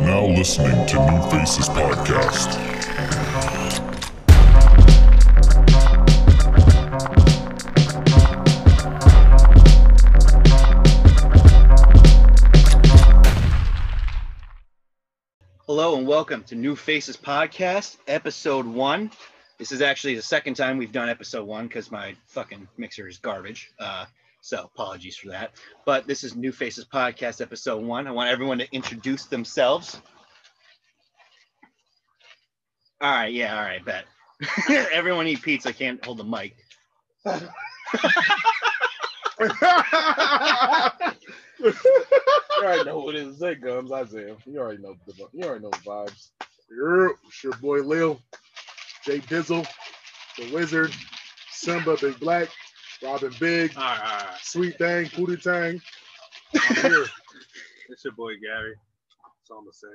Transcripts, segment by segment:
listening to New Faces Podcast. Hello and welcome to New Faces Podcast, episode one. This is actually the second time we've done episode one because my fucking mixer is garbage. Uh, so apologies for that. But this is New Faces Podcast, episode one. I want everyone to introduce themselves. All right, yeah, all right, bet. everyone eat pizza. I can't hold the mic. You already know who it is. Zay Gums, Isaiah. You already know the vi- you already know the vibes. Yerp, it's your boy Lil, Jay Dizzle, The Wizard, Simba Big Black, Robin Big, All right, all right. Sweet Thang, Pootie Tang. I'm here. It's your boy Gary. That's all I'm gonna say.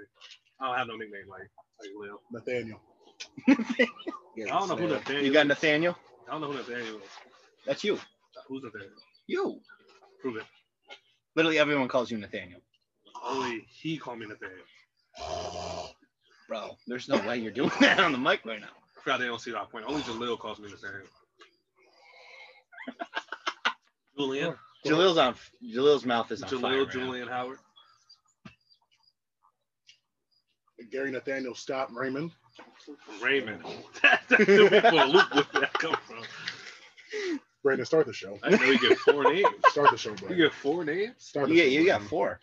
I don't have no nickname like like Lil. Nathaniel. I don't know who Nathaniel. You got Nathaniel? I don't know who Nathaniel is. That's you. Who's Nathaniel? You. Prove it. Literally everyone calls you Nathaniel. Only he called me Nathaniel. Bro, there's no way you're doing that on the mic right now. I forgot they don't see that point. Only Jalil calls me Nathaniel. Julian. Jalil's on. Jalil's mouth is on fire. Jalil. right now. Julian Howard. Gary Nathaniel Stop Raymond. Raymond. That's where Luke would that come from? Brandon, start the show. I didn't know you get four names. Start the show, You Brandon. get four names. Start the You, show, you got Brandon. four.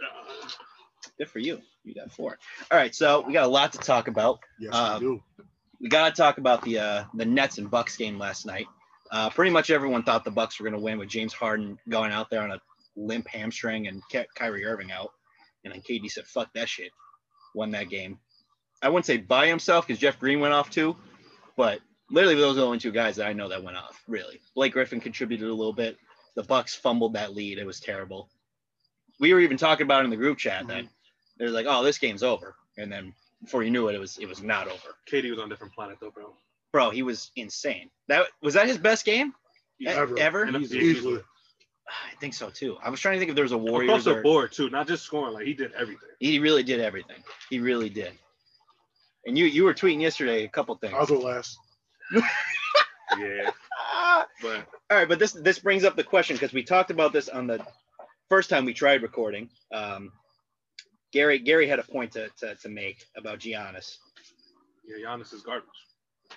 Good for you. You got four. All right, so we got a lot to talk about. Yes, uh, we do. We got to talk about the uh, the Nets and Bucks game last night. Uh, pretty much everyone thought the Bucks were going to win with James Harden going out there on a limp hamstring and kept Kyrie Irving out. And then KD said, "Fuck that shit." Won that game. I wouldn't say by himself because Jeff Green went off too, but literally those are the only two guys that I know that went off. Really, Blake Griffin contributed a little bit. The Bucks fumbled that lead. It was terrible. We were even talking about it in the group chat that they're like, "Oh, this game's over," and then before you knew it, it was it was not over. Katie was on a different planet though, bro. Bro, he was insane. That was that his best game E- ever. Ah, Ever. And Easily. the- easily. I think so too. I was trying to think if there was a Across Warriors the or board too, not just scoring. Like he did everything. he really did everything. He really did. And you you were tweeting yesterday a couple things. Oh. I was the last. Yeah, Ah! but all right but this this brings up the question because we talked about this on the first time we tried recording um gary gary had a point to to, to make about giannis yeah, Giannis is garbage.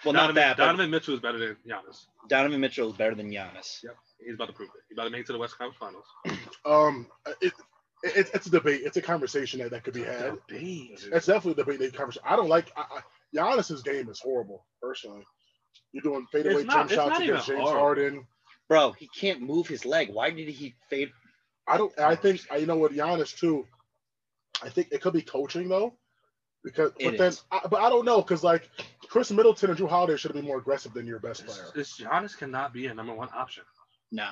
well Donovan, not that Donovan Mitchell is better than Giannis. but donovan mitchell is better than giannis He's about to prove it. He's about to make it to the West Conference Finals. Um, it, it, it's a debate. It's a conversation that, that could be had. That's definitely a debate. That conversation. I don't like I, I, Giannis's game is horrible. Personally, you're doing fadeaway It's not- jump it's shots not against even James horrible. Harden. bro he can't move his leg why did he fade I don't. I think I- you know what Giannis too. I think it could be coaching though, because It but then is. I, but I don't know because like Chris Middleton and Drew Holiday should have been more aggressive than your best It's, player. it's Giannis cannot be a number one option. no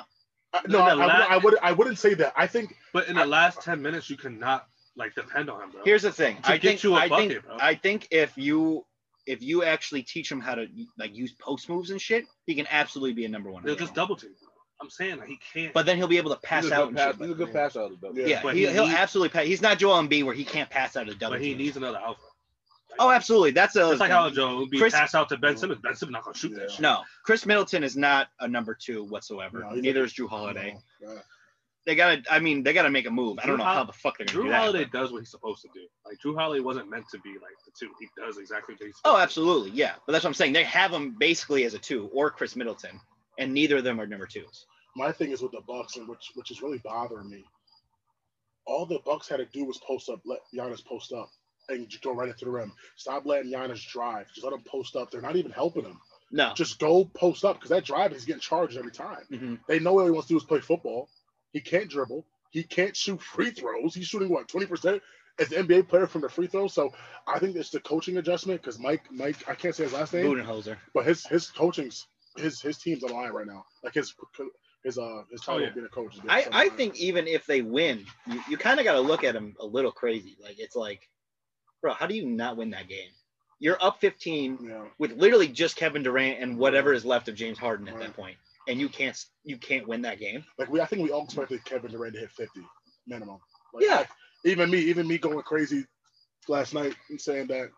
I, no, I, they're I, not- wouldn't- I would I wouldn't say that. I think But in the last ten minutes, you cannot like depend on him, bro. here's the thing To i get think you a I think bucket, bro. i think if you if you actually teach him how to like use post moves and shit he can absolutely be a number one they'll overall. just double team. I'm saying like he can't. but then he'll be able to pass He's a out good and pass. shit He's a like good pass out of the Yeah. double. Yeah, But he, he will needs- absolutely pass. He's not Joel Embiid where he can't pass out of double. but he team. needs another alpha. Oh, absolutely. That's a It's like how Joe would be Chris- passed out to Ben Simmons. Ben Simmons not gonna shoot Yeah. that shit. no. Chris Middleton is not a number two whatsoever. No, he's Neither like- is Drew Holiday. you know, uh, They gotta. I mean, they gotta make a move. I don't Drew know Hol- how the fuck they're gonna do Drew that. Holiday but- does what he's supposed to do. Like Drew Holiday wasn't meant to be like the two. He does exactly what he's. Oh, supposed to absolutely. Yeah, but that's what I'm saying. They have him basically as a two or Chris Middleton, and neither of them are number twos. my thing is with the Bucks and which which is really bothering me. All the Bucks had to do was post up, let Giannis post up, and just go right into the rim. Stop letting Giannis drive. Just let him post up. They're not even helping him. No. Just go post up because that drive he's getting charged every time. Mhm. They know all he wants to do is play football. He can't dribble. He can't shoot free throws. He's shooting what twenty percent as an NBA player from the free throw. So I think it's the coaching adjustment because Mike, Mike, I can't say his last name, Budenholzer. but his his coaching's his his team's on the line right now. Like his his uh his Oh, title yeah. of being a coach. is I, on the I line. think even if they win, you, you kind of got to look at them a little crazy. Like it's like, bro, how do you not win that game? You're up 15. yeah. with literally just Kevin Durant and whatever is left of James Harden at that Right. point, and you can't you can't win that game. Like we, I think we all expected Kevin Durant to hit fifty minimum. Like, Yeah. I- even me, even me going crazy last night and saying that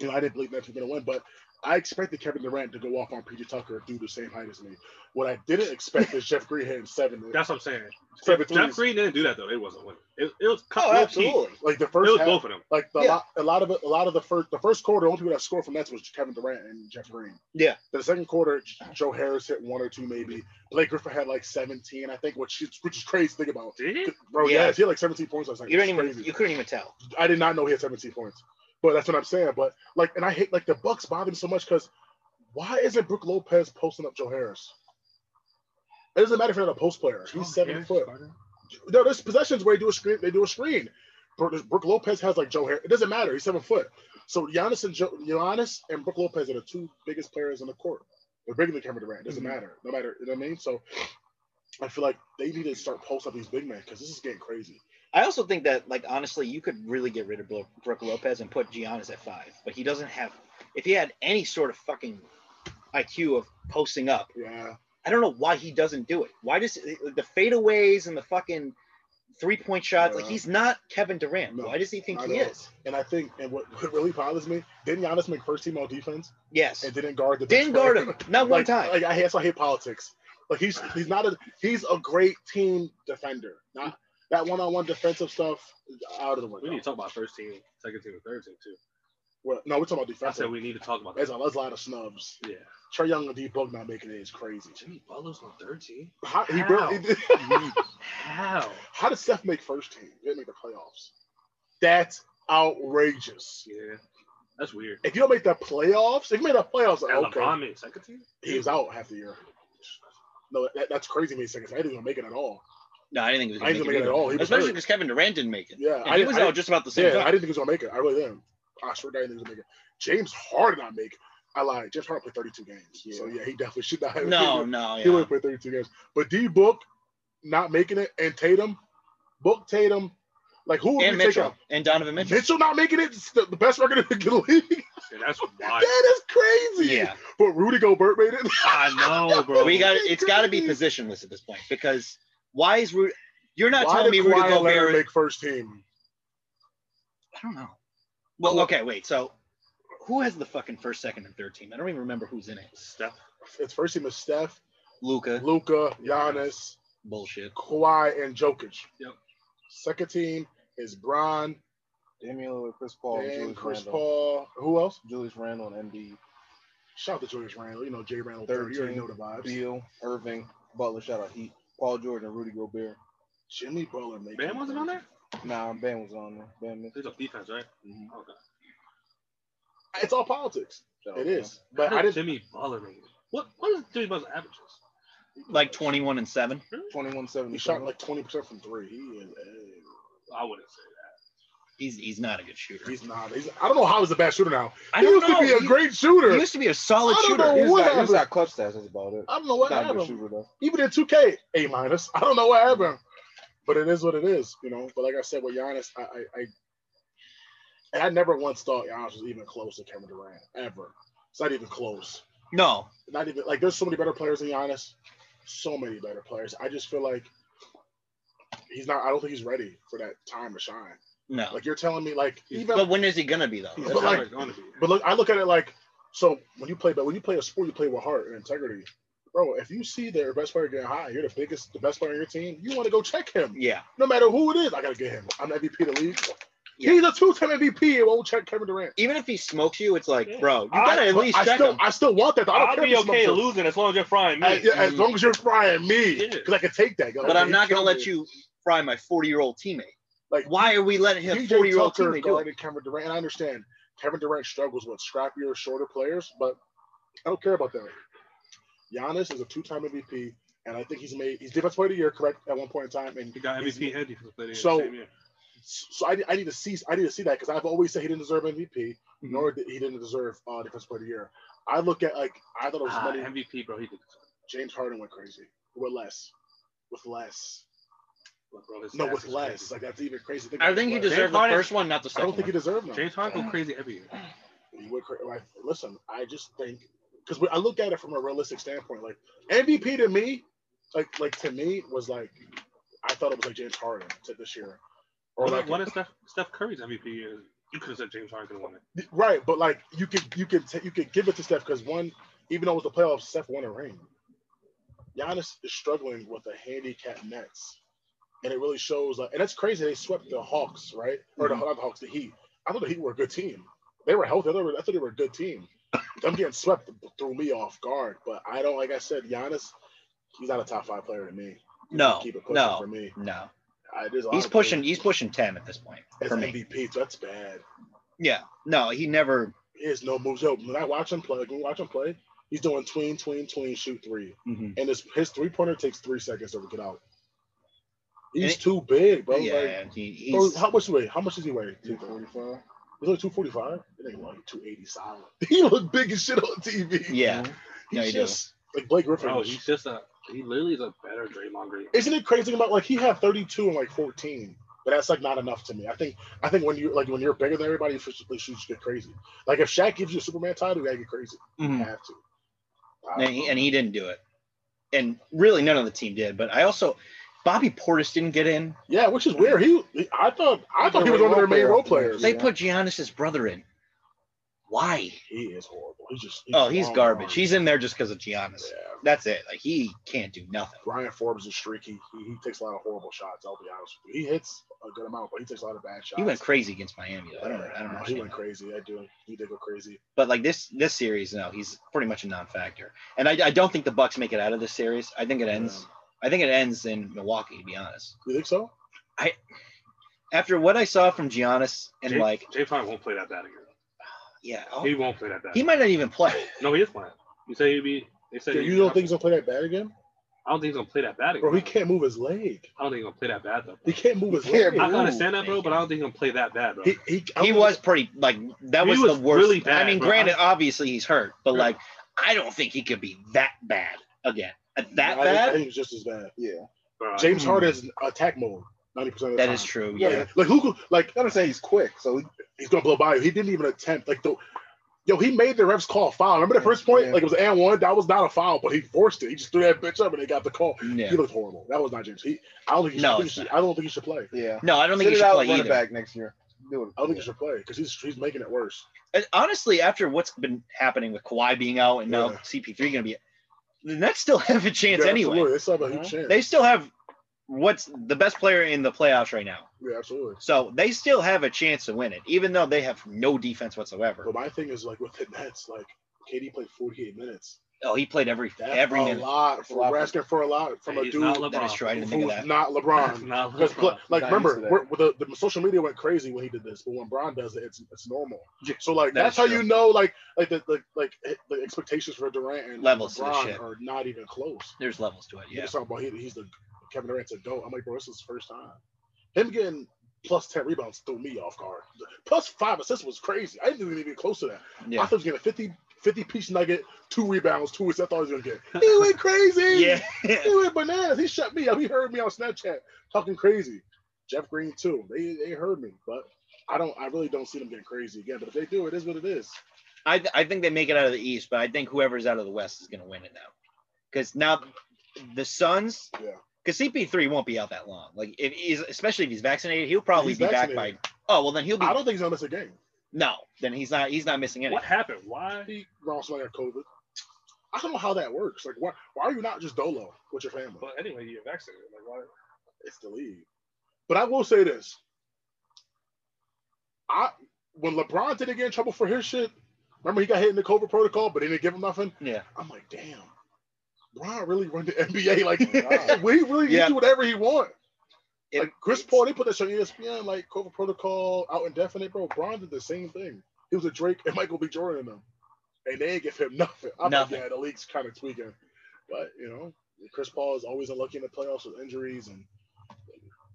you know I didn't believe Memphis was going to win, but I expected Kevin Durant to go off on PJ Tucker due to the same height as me. What I didn't expect is Jeff Green hitting seven. That's what I'm saying. seven If Jeff threes. Green didn't do that though, it wasn't winning. It, it was cut Oh, low key. absolutely. Like the It first was half, both of them. like the, Yeah. lot, a lot of it, a lot of the first the first quarter, the only people that scored from Nets was Kevin Durant and Jeff Green. Yeah. The second quarter, J- Joe Harris hit one or two maybe. Blake Griffin had like 17, I think, which is, which is crazy to think about. Did he? Bro, Yeah. yeah, he had like 17 points. I was like, You "This didn't is even. crazy." You couldn't even tell. I did not know he had 17 points. But that's what I'm saying. But like, and I hate like the Bucks bother me so much because why isn't Brooke Lopez posting up Joe Harris? It doesn't matter if you're not a post player. He's Oh, seven foot. No, there's possessions where they do a screen. They do a screen. Bro- Brooke Lopez has like Joe Harris. It doesn't matter. He's seven foot. So Giannis and Joe, Giannis and Brooke Lopez are the two biggest players on the court. They're bigger than Kevin Durant. It doesn't Mhm. matter. No matter. You know what I mean? So I feel like they need to start posting up these big men because this is getting crazy. I also think that, like, honestly, you could really get rid of Bro- Brooke Lopez and put Giannis at five, but he doesn't have. If he had any sort of fucking IQ of posting up, Yeah. I don't know why he doesn't do it. Why does the fadeaways and the fucking three point shots? Like, Yeah. he's not Kevin Durant. No, why does he think not he at all. is? And I think, and what, what really bothers me, didn't Giannis make first team all defense Yes, and didn't guard the didn't best guard player? him not one like, time. Like I, that's why I hate politics. Like he's he's not a he's a great team defender. Not that one on one defensive stuff out of the We window. need to talk about first team, second team, and third team too. Well, no, we're talking about I said defensive. we need to talk about that. There's a, there's a lot of snubs. Yeah. Trey Young and D Book not making it is crazy. Jimmy Butler's on third team. How, he How? really, How? how did Steph make first team? He didn't make the playoffs. That's outrageous. Yeah. That's weird. If you don't make the playoffs, if you made the playoffs, And okay. LeBron made second team. He was out half the year. No, that, that's crazy. Me seconds. I didn't even make it at all. no, I didn't think he was I didn't going make to it at all. He was Especially hurt. because Kevin Durant didn't make it. Yeah, And I he didn't. was I out just about the same yeah, I time. didn't think he was gonna make it. I really didn't. I swear, to God, I didn't think he was gonna make it. James Harden not make. it. I lied. James Harden played 32 games. So yeah, he definitely should not have. no, he, no, he yeah. would have played 32 games. But D Book not making it, and Tatum, Book Tatum, like who would and we take Mitchell out? and Donovan Mitchell. Mitchell not making it. It's the, the best record in the league. Yeah, that's wild. that is crazy. Yeah, But Rudy Gobert made it. I know, bro. we got. That's It's got to be crazy. positionless at this point because why is Rudy? You're not Why telling did me Rudy Kawhi Leonard Gobert. make first team? I don't know. Well, okay, wait. So, who has the fucking first, second, and third team? I don't even remember who's in it. Steph. It's first team is Steph, Luca, Luca, Giannis, bullshit. Kawhi and Jokic. Yep. Second team is Bron Damian Lillard, Chris Paul, and and Oh, Julius Chris Randle. Paul. Who else? Julius Randle and MB, Shout out to Julius Randle. You know Jay Randle. Third, you already know the vibes. Beal, Irving, Butler, shout out Heat, Paul George, and Rudy Gobert. Jimmy Butler. making- Bam wasn't on there? Nah, Bam was on there. Bam missed. There's a defense, right? Mm-hmm. Mhm. Okay. It's all politics. Shout out It Bam. is. But I didn't. Jimmy Butler made it. What what is Jimmy Butler's averages? Like 21 and seven. 21 He 70. shot like twenty percent from three. He is. I wouldn't say He's he's not a good shooter. He's not. He's, I don't know how he's a bad shooter now. I He don't used know. to be a He- great shooter. He used to be a solid I don't shooter. know. He was What not- he was happened? not clutch stats. That's about it. I don't know what Not a good happened. shooter, though. even in 2K, A minus. I don't know what happened, but it is what it is, you know. But like I said, with Giannis, I, I, I and I never once thought Giannis was even close to Kevin Durant ever. It's not even close. No, Not even like there's so many better players than Giannis, so many better players. I just feel like he's not. I don't think he's ready for that time to shine. no. Like you're telling me, like even but when is he gonna be though? He's that. That's But how like- it's going to be. but look, I look at it like so when you play, but when you play a sport, you play with heart and integrity, bro. If you see their best player getting high, you're the biggest, the best player on your team. You want to go check him, Yeah, no matter who it is. I gotta get him. I'm the MVP of the league. Yeah. He's a two-time MVP. It won't check Kevin Durant. even if he smokes you, it's like, Yeah. bro, you I- gotta at but least I check still, him. I still want that. Though. I don't I'll care be if it's okay my- losing as long as you're frying me. I- yeah, as Mm. long as you're frying me, Yeah. because I can take that. But I'm not gonna let you fry my 40 year old teammate. Like Why are we letting his DJ 40 year old Tucker teammate do it? guarded Kevin Durant. And I understand Kevin Durant struggles with scrappier, shorter players, but I don't care about that. Giannis is a two-time MVP, and I think he's made he's defense player of the year, correct? At one point in time, and He got MVP and defensive player of the So- same year. so I, I need to see I need to see that because I've always said he didn't deserve MVP, Mhm. Mm-hmm. nor did he didn't deserve uh, defense player of the year. I look at like I thought it was Ah, money. MVP, bro. He did. James Harden went crazy with less, with less, Look, bro, his no, stats with is less. crazy. Like that's even crazy. I think he he deserves- deserved the Harden- first one, not the I second don't think he one. deserved none. James Harden go crazy every year. you would cra- like listen. I just think because I look at it from a realistic standpoint, like MVP to me, like like to me was like I thought it was like James Harden to this year, or What, like what is Steph, Steph Curry's MVP year? You could have said James Harden could have won it. Right, but like you could you could ta- you could give it to Steph because one, even though it was the playoffs, Steph won a ring. Giannis is struggling with a handicapped Nets, and it really shows. Like, and that's crazy. They swept the Hawks, right? Or Mm-hmm. the, not the Hawks, the Heat. I thought the Heat were a good team. They were healthy. I thought they were, I thought they were a good team. Them getting swept threw me off guard. But I don't like I said, Giannis. He's not a top five player to me. No, Keep it pushing no, for me. no. I, there's a lot He's of players pushing. He's pushing ten at this point as for me. MVP. So that's bad. Yeah. No, he never. He has no moves. Yo, when I watch him play, when I watch him play, he's doing tween, tween, tween, shoot three. mhm. And his his three pointer takes three seconds to get out. And He's it- too big, bro. yeah. he, Like, bro, he's. how much weight? How much does he weigh? He's Two only forty five. 245? It ain't like 280 solid. He looked big as shit on TV. yeah. He's Yeah, he do. just like Blake Griffin. Bro, Oh, he's just a he literally is a better Draymond Green. Isn't it crazy about like he had 32 and like 14, but that's like not enough to me. I think I think when you like when you're bigger than everybody, you should, you should just get crazy. Like if Shaq gives you a Superman title, you gotta get crazy. You mhm. have to. And he, and he didn't do it. And really, none of the team did. But I also, Bobby Portis didn't get in. Yeah, which is weird. He, I thought, I thought he was one of their main role players. They Yeah. put Giannis's brother in. Why? He is horrible. He's just. Oh, he's long garbage. arms. He's in there just because of Giannis. Yeah. That's it. Like he can't do nothing. Ryan Forbes is streaky. He, he takes a lot of horrible shots. I'll be honest with you. He hits a good amount, but he takes a lot of bad shots. He went crazy against Miami. Though. I don't. I Yeah, don't no, know. He went crazy. I do. He did go crazy. But like this this series, no, he's pretty much a non-factor. And I, I don't think the Bucks make it out of this series. I think it ends. I think it ends in Milwaukee. To be honest, You think so? after what I saw from Giannis and Jay- like, James Harden won't play that bad again. yeah, Oh. I'll- He won't play that bad. he might not even play. no, he is playing. You say he'd be. They said Yeah, he'd you be- don't think he's gonna play that bad again? I don't think he's gonna play that bad again. Bro, he can't move his leg. I don't think he's gonna play that bad though. He can't move his He can't leg. I move. can understand that, bro, but I don't think he'll play that bad, bro. He, he, I He don't- was pretty like that He was, was the worst. really bad, I mean, bro. granted, obviously he's hurt, but Yeah. like I don't think he could be that bad again. Uh, That I, think- I bad? think he was just as bad. Yeah. Bro, James Mhm. Harden is attack mode ninety percent of the That time. is true. Yeah, Yeah. like who? Like Gotta say he's quick, so he, he's gonna blow by you. He didn't even attempt. Like the yo, he made the refs call a foul. Remember the first point? Yeah. Like it was an and one. That was not a foul, but he forced it. He just threw that bitch up and they got the call. Yeah. He looked horrible. That was not James. He, I don't think he, No, should, I, think it's he should- I don't think he should play. yeah. No, I don't think Sit he it should out, play run it either. back next year. Do it. I don't think he should play because he's he's making it worse. And honestly, after what's been happening with Kawhi being out and now Yeah. CP3 going to be, the Nets still have a chance yeah, anyway. absolutely. They still have a huge Mhm. chance. They still have what's the best player in the playoffs right now. yeah, absolutely. So they still have a chance to win it, even though they have no defense whatsoever. But my thing is like with the Nets, like KD played 48 minutes. Oh, he played every That's every a minute. lot. For, Flop. we're asking for a lot from a He's dude not who's LeBron. That is true. I didn't think of that. not LeBron. Nah, Because bro. like Not remember, used to that. we're- the, the social media went crazy when he did this, but when Braun does it, it's it's normal. Yeah, So like that that's is how true. you know like like the like like eh, the expectations for Durant and Levels to the LeBron shit. are not even close. There's levels to it. You're Yeah. just talking about he, he's the Kevin Durant's a goat. I'm like, bro, this is his first time. Him getting plus ten rebounds threw me off guard. Plus five assists was crazy. I didn't even get close to that. I Yeah. thought he was getting a 50, 50 piece nugget, two rebounds, two assists. I thought he was gonna get. He went crazy. Yeah. He went bananas. He shut me up. He heard me on Snapchat talking crazy. Jeff Green too. They they heard me, but I don't. I really don't see them getting crazy again. But if they do, it is what it is. I, th- I think they make it out of the East, but I think whoever's out of the West is going to win it now. Because now the Suns, Yeah. because CP3 won't be out that long. Like, if he's, especially if he's vaccinated, he'll probably He's be vaccinated. back by. Oh well, then he'll be I don't think he's gonna miss a game. no. Then he's not. He's not missing anything. What happened? Why? He Ross got COVID. I don't know how that works. Like, why why are you not just dolo with your family? But anyway, you're vaccinated. Like why? It's the league. But I will say this: I when LeBron didn't get in trouble for his shit, remember he got hit in the COVID protocol, but they didn't give him nothing. Yeah. Oh I'm like, damn, LeBron really run the NBA like Wow. we really Yeah. can do whatever he want. It- like Chris Paul, they put that shit on E ESPN, like COVID protocol out indefinite, bro. LeBron did the same thing. He was a Drake and Michael B. Jordan and them, and they didn't give him nothing. I'm Nothing. like, yeah, the league's kind of tweaking, but you know, Chris Paul is always unlucky in the playoffs with injuries and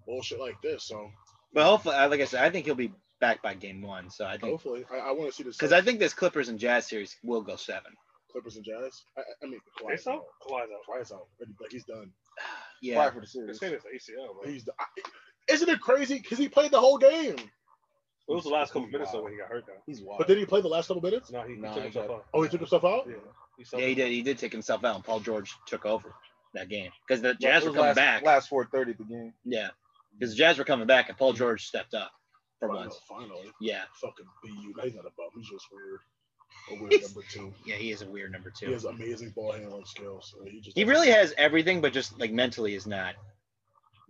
bullshit like this. So But hopefully, I- like I said, I think he'll be back by game one. So I think hopefully, I, I want to see this because I think this Clippers and Jazz series will go seven. Clippers and Jazz. I, I- I mean, They Kawhi's so? out. Kawhi's out. Kawhi's out. Like he's done. Yeah. Fly for the They're series. saying it's ACL, bro. It He's. I, isn't it crazy? Because he played the whole game, was the last couple Wow. minutes though when he got hurt though. He's wild. but did he play the last couple minutes? No, he, he Nah, took he himself got- off. Oh, he took himself out. Yeah. He Yeah, he did. He did take himself out. And Paul George took over that game because the Yeah, Jazz it were was coming last, back. Last four thirty the game. Yeah, because Jazz were coming back and Paul George stepped up. for Finally, once. finally. Yeah, Fucking BU. Now he's not a bum. He's just weird. A weird number two. yeah, he is a weird number He two. has amazing ball handling skills. I mean, he, just He really has everything, but just like mentally is not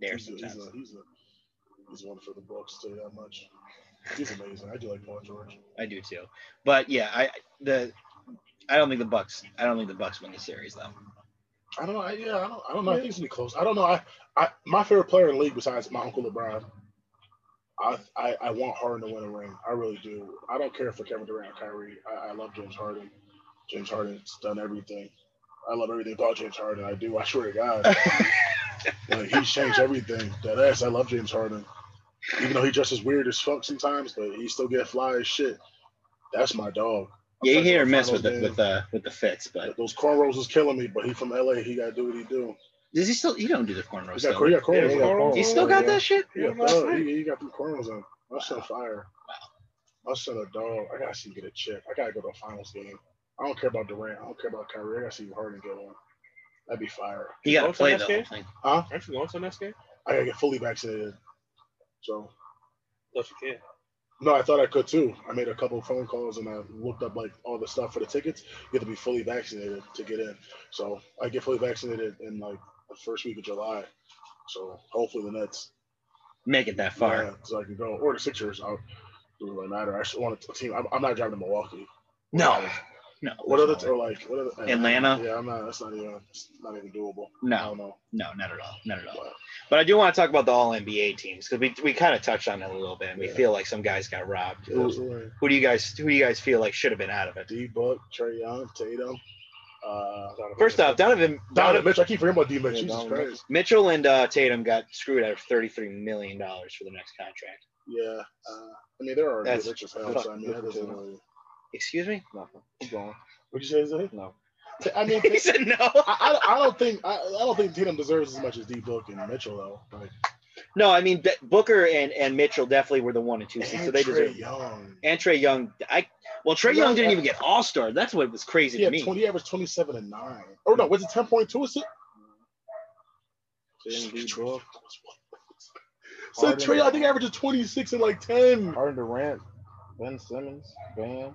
there He's, a, he's, a, sometimes. he's, a, he's one for the books, tell you that much. He's amazing. I do like Paul George. I do too. But yeah, I the I don't think the Bucks. I don't think the Bucks win the series though. I don't know. I, yeah, I don't. I don't know. I think it's gonna be close. I don't know. I, I my favorite player in the league besides my uncle LeBron. I, I, I want Harden to win a ring. I really do. I don't care for Kevin Durant or Kyrie. I, I love James Harden. James Harden's done everything. I love everything about James Harden. I do. I swear to God, like, he's changed everything. That ass. I love James Harden. Even though he just as weird as fuck sometimes, but he still get fly as shit. That's my dog. yeah, you hit or miss with the Finals with the with the fits, game. but those cornrows is killing me. But he from LA. He gotta do what he do. does he still? He don't do the cornrows He got, still. he got cornrows. Yeah, on. cornrows. He still got Yeah. that shit. Oh, Yeah, Yeah, last thug. night. He, he got them cornrows on. My son fire. My son a dog. I gotta see him get a chip. I gotta go to a finals game. I don't care about Durant. I don't care about Kyrie. I gotta see Harden get one. That'd be fire. He got to Both play in the that whole thing. game? Aren't you going to the next game? I gotta get fully vaccinated. So Yes, you can. no, I thought I could too. I made a couple phone calls and I looked up like all the stuff for the tickets. You have to be fully vaccinated to get in. So I get fully vaccinated in like the first week of July. So hopefully the Nets Make it that far. Yeah, so I can go. Or the Sixers. I'll, doesn't really matter. I still want a team. I'm, I'm not driving to Milwaukee. No, no. What other or like what other Atlanta? Yeah, I'm not. That's not even. It's not even doable. I No, don't know. no, not at all, not at all. But But I do want to talk about the All NBA teams because we, we kind of touched on it a little bit. and We Yeah. feel like some guys got robbed. Who, absolutely. who do you guys who do you guys feel like should have been out of it? D Buck, Trey Young, Tatum. Uh, First off, Donovan Donovan Donovan Mitchell. I keep forgetting about D Mitchell. Yeah, Jesus Donovan Christ. Mitchell and uh, Tatum got screwed out of thirty three million dollars for the next contract. Yeah. Uh, I mean, they're already That's- rich as hell. that's So I mean, that doesn't ridiculous. really. Excuse me. Nothing. Keep going. What'd you say, Zay? No. Ta- I mean, he said no. I, I, I don't think I, I don't think Tatum deserves as much as D Book and Mitchell though. Like, No, I mean B- Booker and, and Mitchell definitely were the one and two seeds, so they and Trae deserve. Young. And Trey Young, I well, Trey Yeah, Young didn't I- even get All Star. That's what was crazy Yeah, to me. 20 average 27 and 9. Oh no, was it 10.2 assist? Jalen D. Book, So Trey, Young, I think averages 26 and like 10. Harden Durant, Ben Simmons, Bam,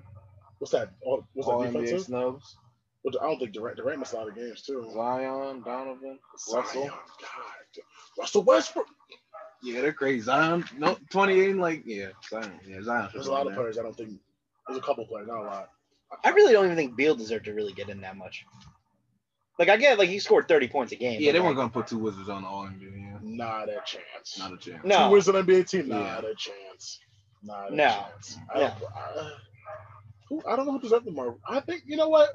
What's that? All- What's all that NBA defensive? snubs, Which I don't think Durant Durant missed a lot of games too. Zion, Donovan, Zion, Russell. God. Russell Westbrook. Yeah, they're crazy. Zion, no, 28 and like, yeah, Zion. Yeah, Zion. There's a lot of players I don't think. There's a couple players, not a lot. I really don't even think Beal deserved to really get in that much. Like I get, like he scored thirty points a game. Yeah, they but, weren't like, going to put two Wizards on the All NBA. Yeah. Not a chance. Not a chance. No. Two wins an NBA team. Yeah. Not a chance. Not a No. chance. I don't, I, who, I don't know who deserved it more. I think you know what.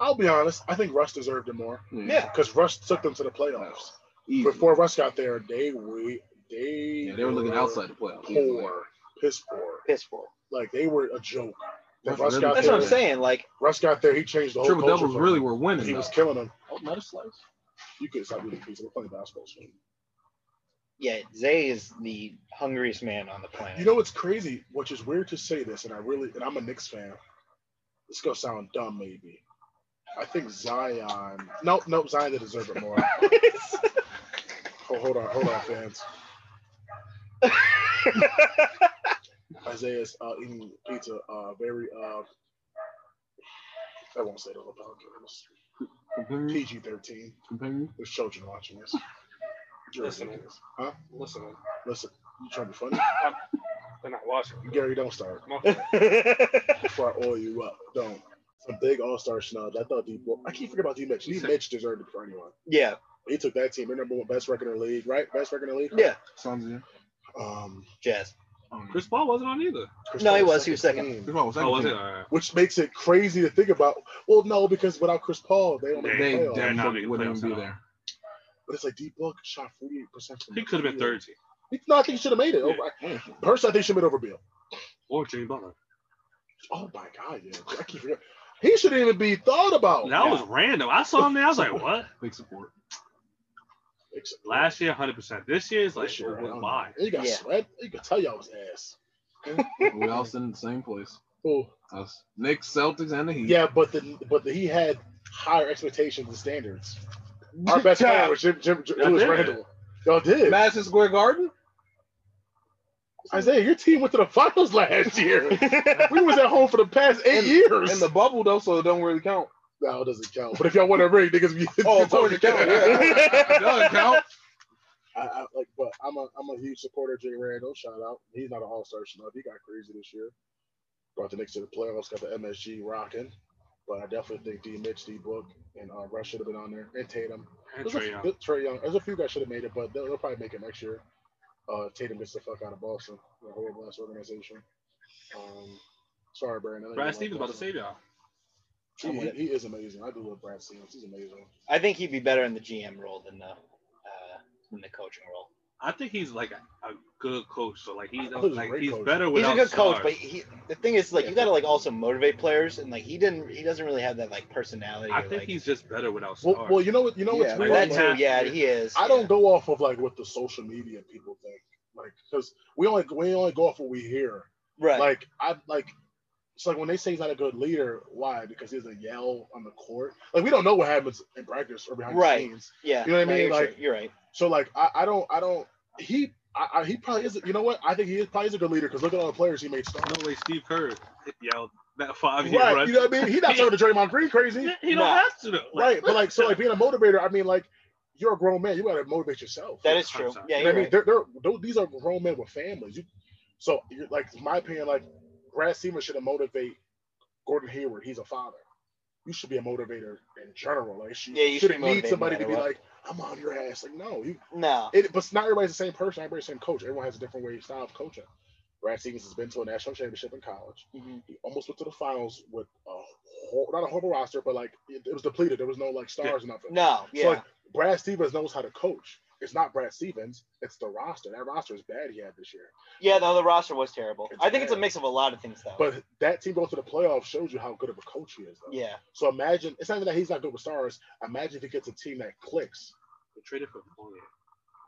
I'll be honest. I think Russ deserved it more Hmm. Yeah. because Russ took them to the playoffs. Easy. Before Russ got there, they we they Hmm. yeah, they were looking outside the playoffs. easily. poor, piss poor. piss poor. Like they were a joke. When That's Russ really got That's there, what I'm saying. Like Russ got there. He changed the whole Triple culture doubles for really them. were He winning. was though. killing them. Oh, not a slice. You could stop eating pizza. We're playing basketball soon. yeah, Zay is the hungriest man on the planet. You know what's crazy, which is weird to say this, and I really, and I'm a Knicks fan. This gonna sound dumb, maybe. I think Zion. Nope, nope. Zion did deserve it more. oh, hold on, hold on, fans. Isaiah's uh, eating pizza. Uh, very. Uh, I won't say it on the podcast. Continue. PG thirteen. Continue. There's children watching this. Listen. Huh? Listen, Listen, you trying to be funny? they're not watching. Gary, don't start. My fault. before I oil you up. Don't. Some big all star snubs. I thought D. Well, I keep forgetting about D. Mitch. D. Mitch deserved it for anyone. yeah, He took that team. Their number one best record in the league, right? Best record in the league. yeah. Suns in. Um, Jazz. Oh, yeah. Chris Paul wasn't on either. Chris No, he Paul was. He was Chris Paul was Oh, was it? second. All right. Which makes it crazy to think about. Well, no, because without Chris Paul, they don't make They the playoffs. damn- definitely making wouldn't playoffs even be at all. there. But it's like D. Book shot forty eight percent. He could have been third team. No, I think he should have made it. Yeah. Over. Personally, I think he should have made over Bill. Or Jimmy Butler. Oh my god, yeah. I keep forgetting. He shouldn't even be thought about. That was random. I saw him there. I was like, what? Big support. Except- Last year, 100%. This year is like, This year, I don't know. why? He got Yeah. sweat. You could tell y'all was ass. we all sitting in the same place. Oh. Us. Knicks, Celtics, and the Heat. Yeah, but the but the, he had higher expectations and standards. Our best player was Jim, Jim, Jim Y'all Julius did. Randle. Y'all did. Madison Square Garden? Isaiah, your team went to the finals last year. we was at home for the past eight And- years. In the bubble though, so it don't really count. no, it doesn't count. But if y'all want to ring, niggas be. Oh, of course it count, It does count. I, I, like, but I'm a I'm a huge supporter of Jay Randall. Shout out. He's not an All Star snub. He got crazy this year. Brought the Knicks to the playoffs. Got the MSG rocking. But I definitely think D. Mitch, D. Book, and uh, Russ should have been on there, and Tatum. And There's a- Trae Young. there- Trae Young. There's a few guys should have made it, but they'll, they'll probably make it next year. Uh, Tatum gets the fuck out of Boston, the whole last organization. Um, sorry, Brandon. I Brad didn't Stevens like about to save y'all. Boston. He, he- he is amazing. I do love Brad Stevens. He's amazing. I think he'd be better in the GM role than the uh, than the coaching role. I think he's like a, a good coach. So like he's I think he's a like great he's coach. better He's without a good coach, stars. but he the thing is like you gotta like also motivate players, and like he didn't he doesn't really have that like personality. I or, think like, he's just better without stars. Well, well, you know what? You know Yeah, what's Well, weird? that like- too. Yeah, he is. I don't go off of like what the social media people think, like because we only we only go off what we hear. right. Like I like it's like when they say he's not a good leader. Why? Because he doesn't yell on the court. Like we don't know what happens in practice or behind Right. the scenes. yeah, you know what I no, mean? You're, Like- true. you're right. So like I, I don't I don't he I, I, he probably is. You know what? I think he is probably is a good leader because look at all the players he made start. no way, Steve Kerr yelled that five year Right, run. you know what I mean? He's not talking to Draymond Green crazy, he, he don't Nah. have to though. right? But like, so like being a motivator, I mean, like you're a grown man, you gotta motivate yourself. That is I'm true. sorry. Yeah, You know you're what I mean, right. they're, they're tho- these are grown men with families. You, so, you're, like in my opinion, like Brad Stevens should motivate Gordon Hayward. He's a father. You should be a motivator in general. Like, you Yeah, you should shouldn't need motivate no somebody to matter be what. like, "I'm on your ass." Like, no, you. No. It, but not everybody's the same person. Everybody's the same coach. Everyone has a different way style of coaching. Brad Stevens has been to a national championship in college. Mhm. He almost went to the finals with a whole, not a horrible roster, but like it, it was depleted. There was no like stars, or nothing. No. Yeah. So like Brad Stevens knows how to coach. It's not Brad Stevens. It's the roster. That roster is bad he had this year. yeah. No, the roster was terrible. It's I think it's a bad. mix of a lot of things though. But that team goes to the playoffs shows you how good of a coach he is. Though. yeah. So imagine it's not even that he's not good with stars. Imagine if he gets a team that clicks. They traded for Fournier.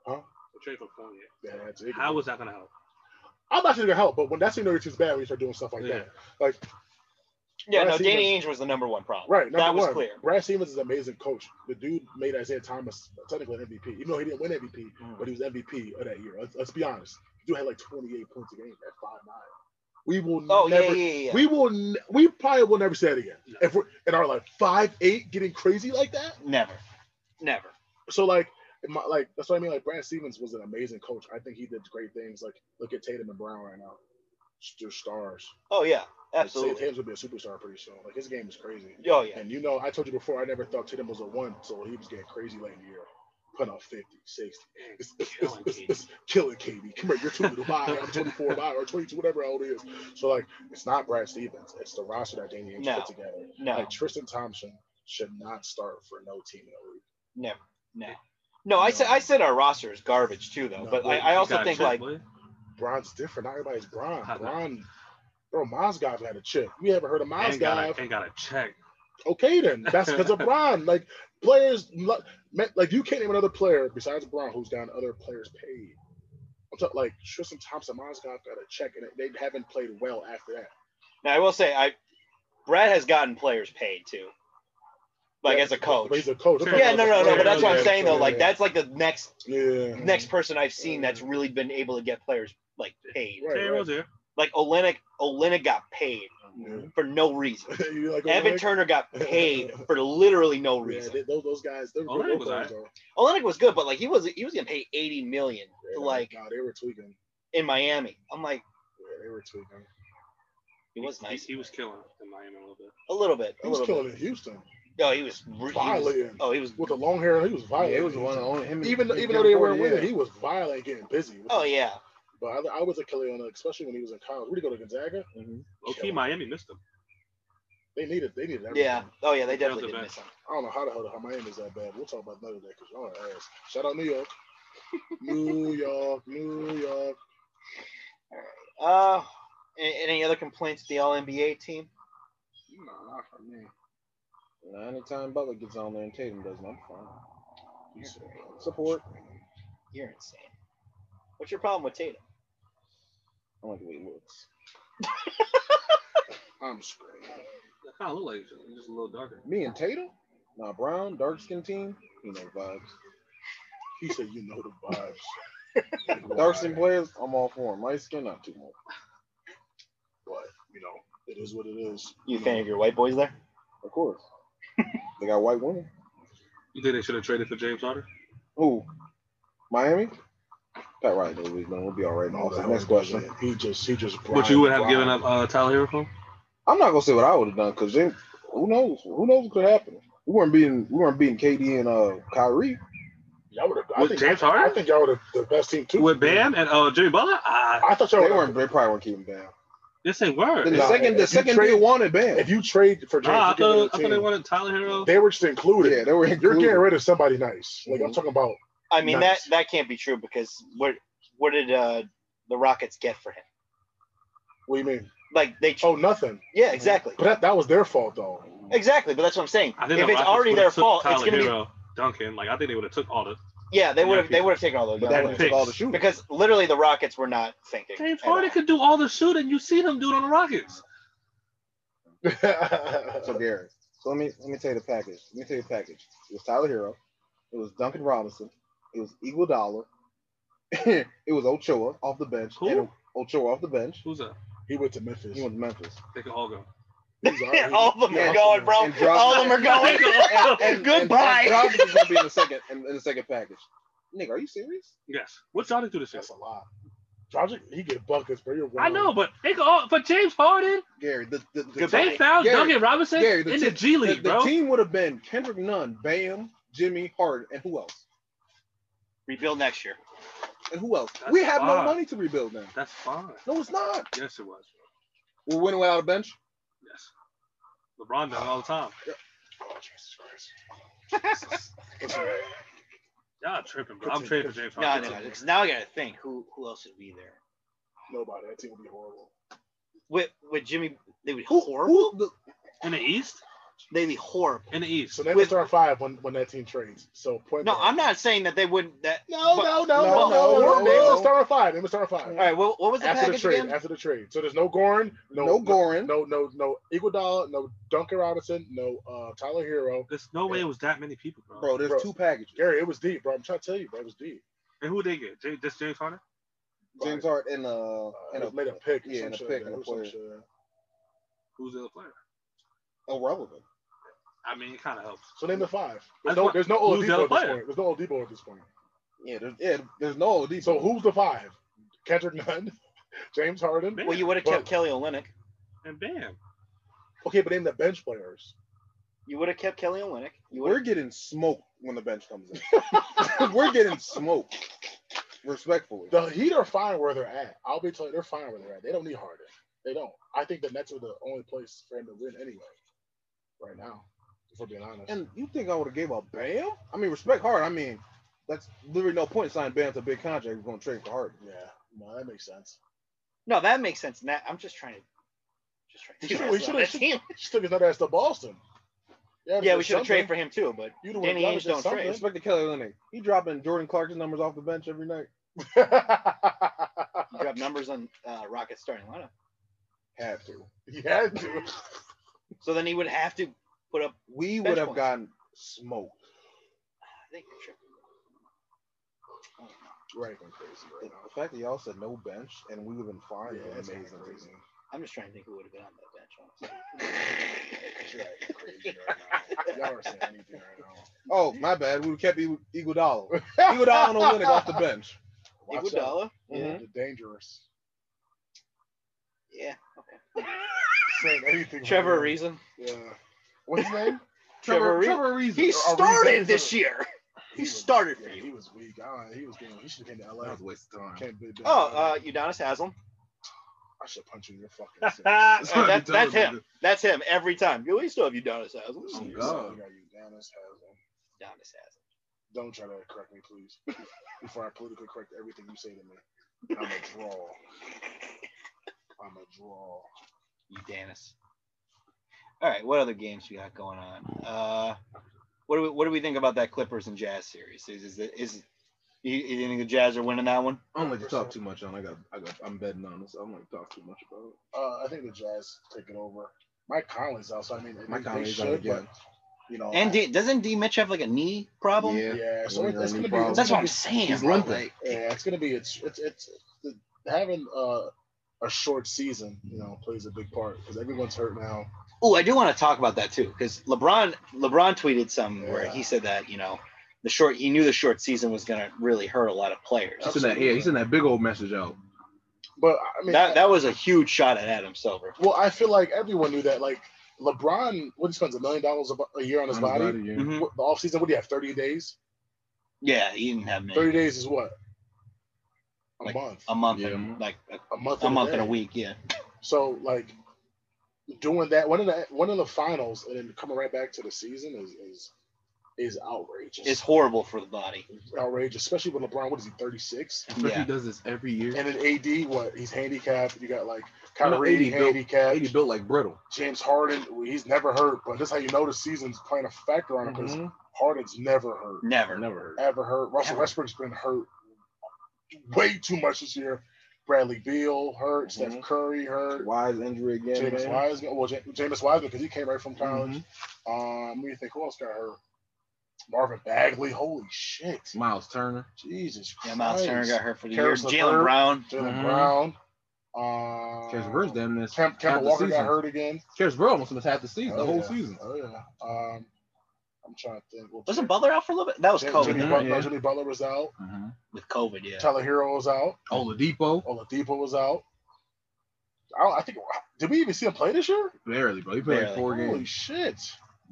Huh? They traded for Fournier. Yeah, that's it. How is that gonna help? I'm not sure gonna help, but when that's when you know your team's bad when you start doing stuff like Yeah. that. Yeah. Brad No. Danny Ainge was the number one problem. Right. Number That was one, clear. Brad Stevens is an amazing coach. The dude made Isaiah Thomas technically an MVP, even though he didn't win MVP, Mm. but he was MVP of that year. Let's, let's be honest. The dude had like 28 points a game at five nine. We will Oh yeah, never yeah, yeah, yeah. We will. n- We probably will never say it again. No. If we're in our like five eight, getting crazy like that. Never. Never. So like, my, like that's what I mean. Like Brad Stevens was an amazing coach. I think he did great things. Like look at Tatum and Brown right now. They're stars. Oh yeah. Like, Absolutely. Tatum's gonna be a superstar pretty soon. Like his game is crazy. Oh yeah. And you know, I told you before, I never thought Tatum was a one, so he was getting crazy late in the year. Putting up 50, 60. It's, it's, it's, Killing it's, KD. it's killing KD. Come here, you're too little. Bye. I'm 24, bye, or 22, whatever old it is. So, like, it's not Brad Stevens. It's the roster that Danny Ainge No. put together. No. Like Tristan Thompson should not start for no team in the league. Never. No. No. I said I said our roster is garbage too though. No, But I, wait, I You also got think Chet, like boy. Bron's different. Not everybody's Bron. How about- Bron, bro, Mozgov had a chip. We haven't heard of and got Mozgov. a, and got a check. Okay, then that's because of Bron. Like players, lo- man, like you can't name another player besides Bron who's gotten other players paid. I'm talking like Tristan Thompson, Mozgov got a check, and they haven't played well after that. now I will say I Brad has gotten players paid too. Like Yeah, as a But he's coach. a coach. I'm talking Yeah, about no, the no, no, player. but that's what I'm Yeah, saying though. Like yeah. that's like the next Yeah. next person I've seen that's really been able to get players like paid. Right, Terry right. Rozier. Like Olenek, Olenek got paid Yeah. for no reason. You like Evan Olenek? Turner got paid for literally no Yeah, reason. they- those, those guys. They're Olenek good was players, alright. though. Olenek was good, but like he was he was getting paid 80 million Yeah, like nah, they were tweaking. in Miami. I'm like, Yeah, they were tweaking. he was nice. He, he was killing in Miami a little bit. a little bit. He A was little killing bit. in Houston No, he was, re- he was Violating. Oh, he was. with the long hair. He was Yeah, violent. it was the one on him. Even he even though they got weren't 40, winning, yeah. he was violent, getting busy. with Oh it. yeah. But I, I was a Kelly on, especially when he was in college. Where'd he go to Gonzaga? Low key, Miami missed him. They needed they needed everything. Yeah. Oh yeah. They definitely That did was miss him. I don't know how the hell the Miami's that bad. We'll talk about another day because y'all are ass. Shout out New York. New York, New York. Uh, a- any other complaints? at The All NBA team. Nah, not for me. Nah, Anytime Butler gets on there and Tatum doesn't, I'm fine. You said- Support. You're insane. What's your problem with Tatum? I like the way he looks. I'm screaming. That kind of look like he's just- he's just a little darker. Me and Tatum? Nah, Brown, dark skin team. You know vibes. He said, "You know the vibes." Darkson players, I'm all for him. Light skin, not too much. But you know, it is what it is. You a fan of your white boys there? Of course. they got white women. You think they should have traded for James Harden? Who? Miami? Pat Riley knows what he's doing. We'll be all right. in the No, offseason. that Next was- question. He just, he just. but you would have bribed- given up uh, Tyler Hero for him? I'm not gonna say what I would have done because who knows? Who knows what could happen? We weren't beating we weren't beating KD and uh Kyrie. Y'all would have. I With think, James I Harden? think y'all were the, the best team too. With Bam and uh, Jimmy Butler? Ah, I thought y'all They were. weren't. They probably weren't keeping down. this ain't Then word. the Nah, second the if you second trade- deal wanted If bam. you trade for James, Nah, Ah, I to get another thought, I thought they team, wanted Tyler Hero. they were just included. Yeah, they were. You're Included. getting rid of somebody nice. Like Mm-hmm. I'm Mhm. talking about. I mean Nice. that that can't be true because what what did uh, the Rockets get for him? What do you mean? Like they Oh, nothing. yeah exactly But that, that was their fault though. exactly. But that's what I'm saying. I think If the it's Rockets already would've their took fault, Tyler it's gonna be Hero, Duncan. Like I think they would have took all the yeah they Yeah, would have they people. would have taken all those But Yeah, that guys would took all the shooting. because literally the Rockets were not thinking. James at all. Harden could do all the shooting. You see him do it on the Rockets. So Gary, so let me let me tell you the package. Let me tell you the package. It was Tyler Hero. It was Duncan Robinson. It was Eagle Dollar. it was Ochoa off the bench. Who? And Ochoa off the bench. Who's that? he went to Memphis. He went to Memphis. They can all go. He's all right. all of them Yeah. are going, bro. And drop- all of them are going. Goodbye. And, and Robinson's gonna be in the second in, in the second package. Nigga, are you serious? Yes. What's y'all do this year? That's a lot. Dragic, he get buckets, bro. You're I know, but they can all. But James Harden, Gary, the the, the, they found Gary, Duncan Robinson Gary, in the team- G League, the, the bro. team would have been Kendrick Nunn, Bam, Jimmy Hart, and who else? Rebuild next year. And who else? That's we have no fine. money to rebuild now. That's fine. No, it's not. Yes, it was. We're winning without a bench. Yes. LeBron done it all the time. Oh, Jesus Christ. Y'all tripping, bro. I'm Continue. trading for James No, Harden. no, because now I gotta think who who else would be there. Nobody. That team would be horrible. With with Jimmy, they would be Who? horrible. Who? The, In the East? They'd be horrible. In the East. So they With- would start five when, when that team trades. So point. No, guard. I'm not saying that they wouldn't. That No, But- no, no, no, no, no, no, no, no, They no. will start at five. They will start at all five. right. What, what was the After the package trade, again? after the trade. So there's no Gorin, no, no Goran. no, no, no Iguodala, no Duncan Robinson, no uh, Tyler Hero. There's no way it was that many people, bro. Bro, there's Bro. two packages. Gary, it was deep, bro. I'm trying to tell you, bro. It was deep. And who they get? J- just James Harden? James Hart and uh Uh, and and a, made a pick. yeah, and a pick and a player. Who's the other player? irrelevant. I mean, it kind of helps. So name the five. There's That's no, what- there's no who's the Oladipo other at this player? point. There's no Oladipo at this point. Yeah, there's yeah, there's no OD. So who's the five? Kendrick Nunn, James Harden. Man. well, you would have kept Kelly Olynyk. And bam. Okay, but name the bench players. You would have kept Kelly Olynyk. You we're would. getting smoked when the bench comes in. we're getting smoked. Respectfully. The Heat are fine where they're at. I'll be telling you, they're fine where they're at. They don't need Harden. They don't. I think the Nets are the only place for him to win anyway, right now. If we're being honest. And you think I would have gave up Bam? I mean, respect Hart. I mean, that's literally no point signing Bam to a big contract. We're gonna trade for Harden. yeah, no, that makes sense. No, that makes sense. That I'm just trying to. Just trying to. We should've- we that's not- should've- She took his nut ass to Boston. Yeah, we should have traded for him too, but you. would've Danny done Ainge it or don't trade. Respect to Kelly Olynyk. He dropping Jordan Clarkson numbers off the bench every night. something. you have numbers on uh, Rockets starting lineup. Have to. yeah, dude. So then he would have to put up. We Bench would have points. gotten smoked. I think you're tripping. I don't know. Right, going crazy The right now. fact that y'all said no bench and we would have been fine Yeah, is that's amazing. to crazy. me. I'm just trying to think who would have been on that bench. Honestly. Y'all are crazy right now. Y'all are saying anything right now. Oh, my bad. We kept Eagle Iguodala. Iguodala and Olynyk off the bench. Watch out. Iguodala? Yeah, Mhm. they're dangerous. Yeah. Saying anything. Trevor right Reason. now. Yeah. What's his name? Trevor Trevor, Ariza. Trevor Ariza. He Ariza. started this year. He was- started for yeah, you. He was weak. Uh, he was getting. He should have came to LA. That was a waste of time. Can't be- be- Oh, uh, Udonis Haslam. I should punch you in your fucking. ass. that, Uh, that- that's him. That's him every time. You still have Udonis Haslam. Oh, You Udonis God. sound like you down as hell. Haslam. Don't try to correct me, please. Before I politically correct everything you say to me, I'm a draw. I'm a draw. Udonis. All right. What other games we got going on? Uh, what do we What do we think about that Clippers and Jazz series? Is is it- is you, you think the Jazz are winning that one? I don't like to talk too much on. I got. I got. I'm betting on this. I don't like to talk too much about it. Uh, I think the Jazz take it over. Mike Conley's out, so I mean, My they, they Conley's out should, but again. You know, And I- D, doesn't D Mitch have like a knee problem? Yeah. yeah, so Really it's, it's any gonna be. problem. it's That's what gonna I'm be- saying. He's bro. limping. Like, Yeah, it's gonna be. It's it's it's the, having uh, a short season. You know, plays a big part because everyone's hurt now. Oh, I do want to talk about that too, because LeBron LeBron tweeted something where Yeah. he said that you know the short he knew the short season was gonna really hurt a lot of players. That's- He sent that, yeah, he sent that big old message out. But I mean, That that was a huge shot at Adam Silver. well, I feel like everyone knew that. Like LeBron, what he spends a million dollars a bu- a year on his On body. yeah. Mhm. What- The off season, what do you have? Thirty days. Yeah, he didn't have many. Thirty days is what? A Like, month. a month, Yeah. and, like a, A month. a month and a day. week. Yeah, So like doing that one of the one of the finals and then coming right back to the season is is is outrageous. it's horrible for the body. outrageous, especially with LeBron. What is he, 36? Especially Yeah. he does this every year. And then AD, what? He's handicapped. You got like You know, Kyrie 80 built- handicapped. 80 built like brittle. James Harden, he's never hurt, but this is how you know the season's playing a factor on him Mm-hmm. because Mhm. Harden's never hurt, Never. Never heard. ever hurt. Russell Never. Westbrook's been hurt way too much this year. Bradley Beal hurt, Steph Mhm. Curry hurt, Wise injury again, James man. Wiseman. Well, J- James Wiseman because he came right from college. Um, we think who else got hurt? Marvin Bagley. Holy shit! Miles Turner. Jesus Christ! Yeah, Miles Turner got hurt for the year. Harris Jalen LeVert. Brown. Jalen Mhm. Brown. Um, Caris Bird's damn near Kemp, half Kemba the Walker season. got hurt again. Caris Bird almost missed half the season, the Oh, whole yeah. season. Oh yeah. Um, I'm trying to think. Well, Wasn't Butler out for a little bit? That was Jimmy, COVID Jimmy Mhm, Butler, yeah. Jimmy Butler was out. Mhm. with COVID. Yeah. Tyler Hero was out. Oh, Oladipo, Oh, Oladipo was out. I, don't, I think. Did we even see him play this year? barely, bro. He played like Barely. four Holy games. shit!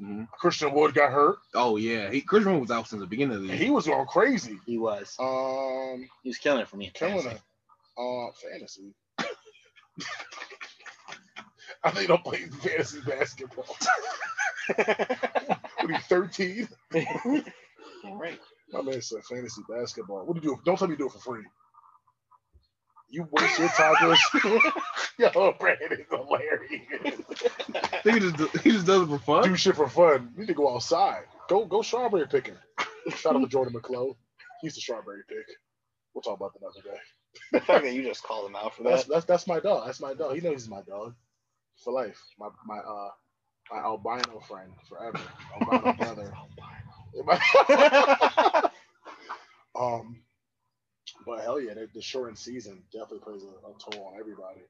Mhm. Christian Wood got hurt. Oh yeah, he Chris Brown was out since the beginning of the and year. He was going crazy. He was. Um, He was killing it for me. in Killing fantasy. it. Uh, fantasy. I think I'm playing fantasy basketball. what are you, 13? Yeah, right. My man said fantasy basketball. What do you do? Don't tell me you do it for free. You waste your time doing Yo, Brandon is hilarious. He just do- he just does it for fun. do shit for fun. You need to go outside. Go go strawberry picking. Shout out to Jordan McClough. He's the strawberry pick. We'll talk about that another day. The fact that you just called him out for That's, that. that's that's my dog. That's my dog. He knows he's my dog for life. My my uh my albino friend forever. Albino brother. um, but hell yeah, the, the shortened season definitely plays a, a toll on everybody.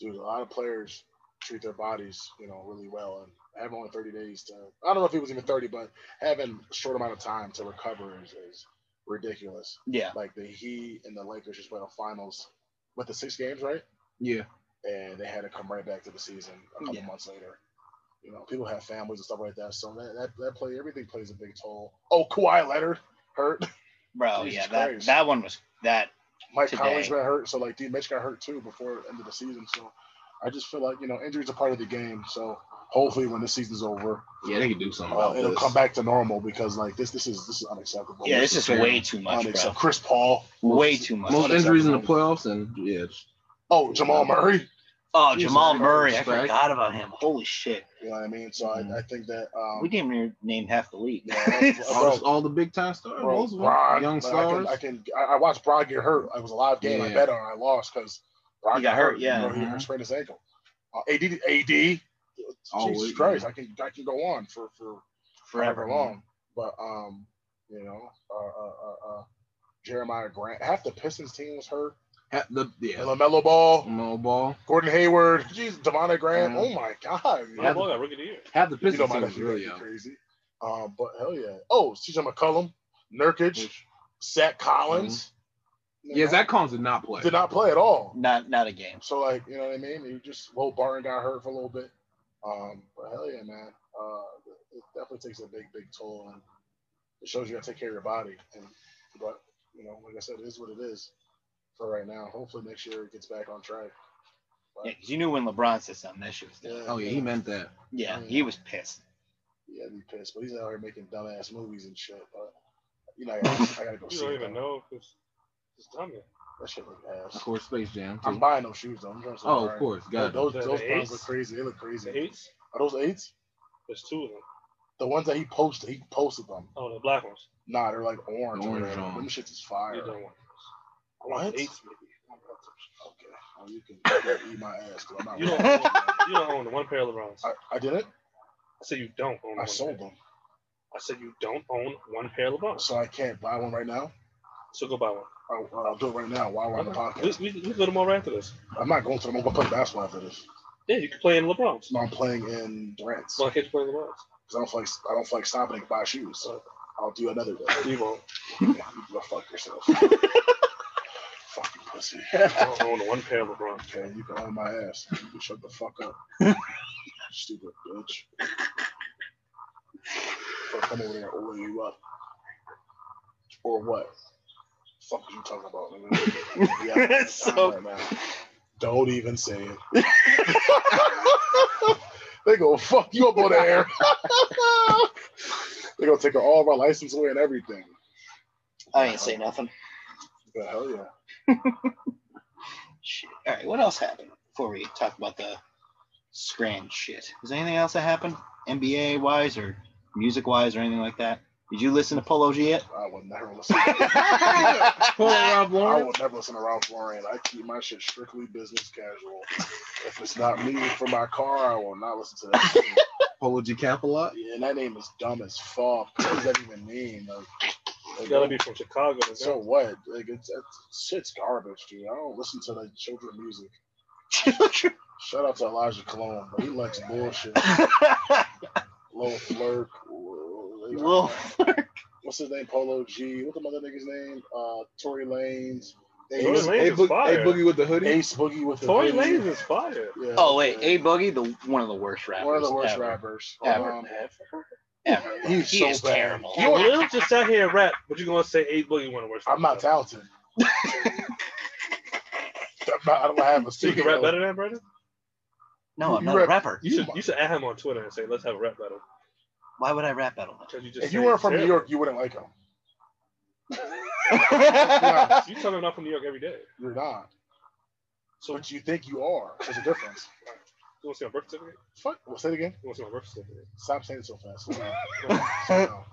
Dude, a lot of players treat their bodies, you know, really well, and having only thirty days to I don't know if it was even thirty, but having a short amount of time to recover is, is ridiculous Yeah. like the he and the Lakers just went to finals with the six games, right? Yeah, And they had to come right back to the season a couple Yeah. months later. You know, people have families and stuff like that, so that that, that play everything plays a big toll. Oh, Kawhi Leonard hurt. Bro, Jesus yeah, that Christ. that one was that Mike Today. Collins got hurt, so like D Mitch got hurt too before the end of the season. So I just feel like you know injuries are part of the game. So hopefully when the season's over, yeah, they can do something uh, about it'll this. come back to normal because like this this is this is unacceptable. yeah, this it's is just fair. way too much, bro. unacceptable. Chris Paul. Way too much. Most injuries in the playoffs, and yeah, it's- Oh, Jamal Murray. Oh, Jesus Jamal Christ, Murray, I right? forgot about him. Holy shit, You know what I mean? So I, I think that um, we didn't even name half the league. Yeah, that's- all, this- all the big time stars, Bro, most of them, Bron, young like, stars. I can, I, can I, I watched Bron get hurt. It was a live game. I Yeah. bet on. it. I lost because Bron He got hurt, yeah. Bro, Mhm. He sprained his ankle. Uh, AD, AD. Oh, Jesus yeah. Christ, I can I can go on for for Forever. forever long. But um, you know, uh, uh, uh, uh, Jeremiah Grant, half the Pistons team was hurt. Ha- the yeah, Lamelo Mm. Ball, no ball. Gordon Hayward, Jesus, Devonta Graham. Mhm. Oh my God, man. Yeah, boy, got rookie of the year. Have the you know Pistons my team is nephew really really out. crazy. Um, but hell yeah. Oh, CJ McCollum, Mm-hmm. Nurkic, Zach Collins. Mm-hmm. Yeah, Zach Collins did not play. did not play at all. Not not a game. So like, you know what I mean? You just well, Barton got hurt for a little bit. Um, but hell yeah, man. Uh, it definitely takes a big, big toll, and it shows you gotta take care of your body. And but you know, like I said, it is what it is for right now. Hopefully next year it gets back on track. Yeah, 'cause you knew when LeBron said something, that shit was different. Oh yeah, he meant that. Yeah, he was pissed. Yeah, I'd be pissed, but he's out here making dumbass movies and shit. But you know, I gotta, I gotta go You see don't it. even though. know if it's, it's done yet. That shit look Of ass. course, Space Jam. I'm Too. buying those shoes though. I'm trying to say, Oh, of alright. course, Those God. those, The- the those pounds eights? look crazy. They look crazy. The eights? Are those eights? There's two of them. The ones that he posted, he posted them. Oh, the black ones. Nah, they're like orange. The or orange whatever. ones. Them shits is fire. You Okay. done one. I want What? eights, maybe. Well, Oh, you can you can eat my ass. 'cause I'm not You don't, ready. own, you don't own one pair of LeBrons. I, I did it. So you don't own I one sold pair. them. I said you don't own one pair of LeBron, So I can't buy one right now. so go buy one. I'll, I'll do it right now while we're on the We, podcast. we, we can go to more after this. I'm not going to them. I'm going to play basketball after this. Yeah, you can play in LeBron's. No, I'm playing in Durant's Why because can't you play in LeBron's? I don't feel like I don't feel like stopping to buy shoes. So I'll do another day. You won't. you go fuck yourself. Fucking pussy. I don't own one pair of LeBron. Okay, you can own my ass. You can shut the fuck up. Stupid bitch. Fuck, come over there and oil you up. Or what? Fuck you talking about, nigga. We have a So- time right now. Don't even say it. they gonna fuck you up on the air. they gonna take all of our license away and everything. I ain't say nothing. The hell yeah. Shit. All right, what else happened before we talk about the Scran shit? Was there anything else that happened, NBA wise or music wise or anything like that? Did you listen to Polo G yet? I will never listen. Pull Rob I Lawrence. will never listen to Ralph Lauren. I keep my shit strictly business casual. If it's not me for my car, I will not listen to that. shit. Polo G Capilot. yeah, and that name is dumb as fuck. What does that even mean? Like, You like, gotta be from Chicago. to so go. what? Like, it's, it's shit's garbage, dude. I don't listen to like children music. Shout out to Elijah Cologne, but he likes bullshit. Lil Flirk. Lil What's his name? Polo G. What's the mother nigga's name? Uh, Tory Lanez. Hey, Tory Bo- Lanez hey, is Bo- fire. hey, Boogie with the hoodie. Ace Boogie with the Tory hoodie. Lanez is fire. Yeah. Oh wait, yeah. A Boogie, the one of the worst rappers. One of the worst ever. rappers. Ever. Um, Ever. he's He so is bad. terrible. You Lil just sat here and rap, but you gonna say eight boogie one of the worst. I'm not rappers. talented. I'm not- I don't have a You secret. can rap better than that, brother. No, I'm You not a rap- rapper. You should, you should add him on Twitter and say, "Let's have a rap battle." Why would I rap battle? Because you just If you say weren't it's from New terrible. York, you wouldn't like him. him? you tell me I'm not from New York every day. You're not. So you But you think you are. There's a difference. want to see my birth certificate? Fuck. Well, say it again. You want to see my birth certificate? Stop saying it so fast. Slow down. Slow down.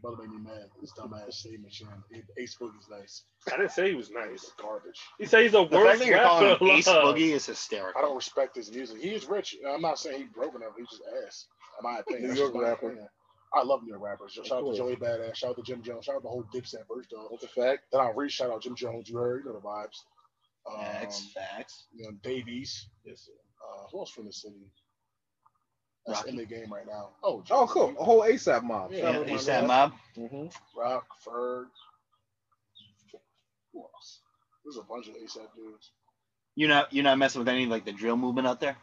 You about to make me mad. This dumbass statement, Shannon. Ace Boogie's nice. I didn't say he was It's nice. garbage. He said he's the the fact worst that you're calling rapper. him Ace alive. Boogie is I hysterical. don't respect his music. He is rich. I'm not saying he's broken up. He's just ass. In my opinion. New That's York just my rapper. opinion. I love New York rappers. Shout out course. to Joey Badass. Shout out to Jim Jones. Shout out to the whole Dipset verse though. That's a fact. Then I'll re shout out Jim Jones. You heard, you know the vibes. Um, Facts, facts. You know Davies. Yes. sir. Uh, who else from the city? That's Rocky. in the game right now. Oh, Oh, cool. A whole ASAP mob. Yeah, Shout Yeah, out to my ASAP man. Mob. Mm-hmm. Mhm. Rock Ferg. Who else? There's a bunch of ASAP dudes. You're not you're not messing with any like the drill movement out there.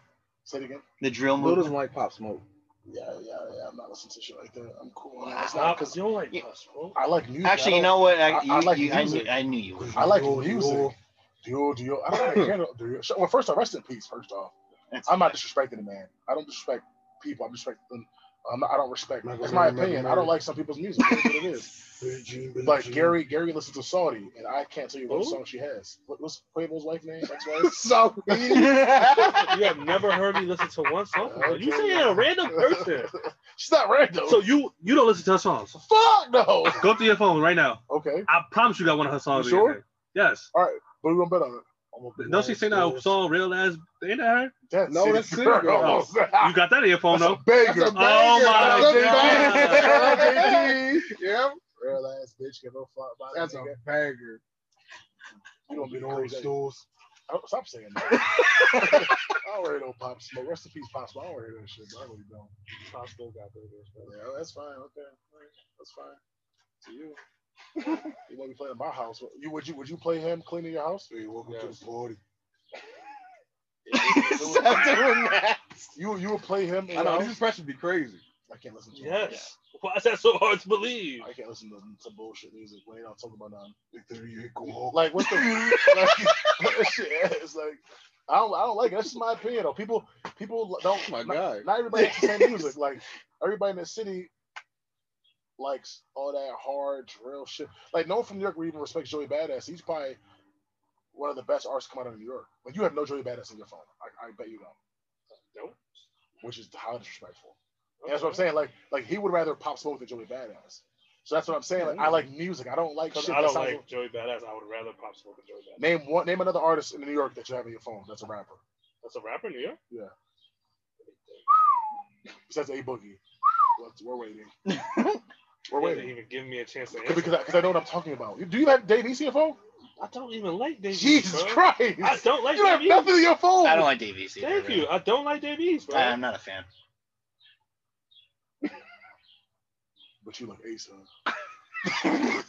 Say it again. The drill Lil doesn't movement. like Pop Smoke. Yeah, yeah, yeah. I'm not listening to shit like that. I'm cool. on that. It's It's not not because because you don't like Yeah. us, bro. I like music. I Actually, you don't- know what? I, I- you, I like you, I, knew, music. I knew you. would. I like Yo, music. yo. Duo, duo. I don't like handle duo. Sh- Well, first off, rest in peace. First off, That's- I'm not disrespecting the man. I don't disrespect people. I'm respecting. I'm not, I don't respect. Not That's gonna my remember opinion. me. I don't like some people's music. That's what it is. Like Gary, Gary listens to Saudi, and I can't tell you what Who? song she has. What, what's Quavo's wife name? Ex-wife. so you have never heard me listen to one song. before. You say you're a random person. She's not random. So you you don't listen to her songs. fuck no. Go up to your phone right now. Okay, I promise you got one of her songs. You in your sure? head. Yes. but we gonna bet on it. Almost- Don't she sing that song "Real As"? Ain't that That's No, City that's City Girl. Girl. Almost. her? You got that in your phone Ah. That's a banger. though. That's a Oh my That's a god. yeah, Real ass bitch, get no fuck by that's that a nigga. banger. You don't be Get on crazy. stools. Oh, stop saying that. I don't worry no pop smoke. Rest in peace, pop smoke. I don't worry that shit. But I really don't. Possible got that in his phone. Yeah, that's fine. Okay, All right. that's fine. To you, you won't be playing my house. You would you would you play him cleaning your house? Hey, welcome to Yes. the party. Stop doing that. you you would play him. In I your know house? this impression be crazy. I can't listen to. him. Yes. Why is that so hard to believe? I can't listen to some bullshit music when they don't talk about nothing. Like what the like, that shit ass, like I don't I don't like it. That's just my opinion though. People people don't Oh my not, god. not everybody likes the same music. Like everybody in the city likes all that hard drill shit. Like no one from New York would even respects Joey Badass. He's probably one of the best artists come out of New York. Like you have no Joey Badass in your phone. I, I bet you don't. No. Which is highly disrespectful. And That's what I'm saying. Like, like he would rather pop smoke than Joey Badass. So that's what I'm saying. Like, I like music. I don't like shit. Because I that don't sounds- like Joey Badass. I would rather pop smoke than Joey Badass. Name one. Name another artist in New York that you have on your phone. That's a rapper. That's a rapper in New York. Besides A Boogie. Let's, we're waiting. He We're didn't waiting. even give me a chance to Because answer. I, 'cause I know what I'm talking about. Do you have Dave East on your phone? I don't even like Dave East, Jesus bro. Christ! I don't like you have Dave East. nothing on your phone. I don't like Dave East either. Thank really. you. I don't like Dave East, bro. I- I'm not a fan. But you like Ace, huh?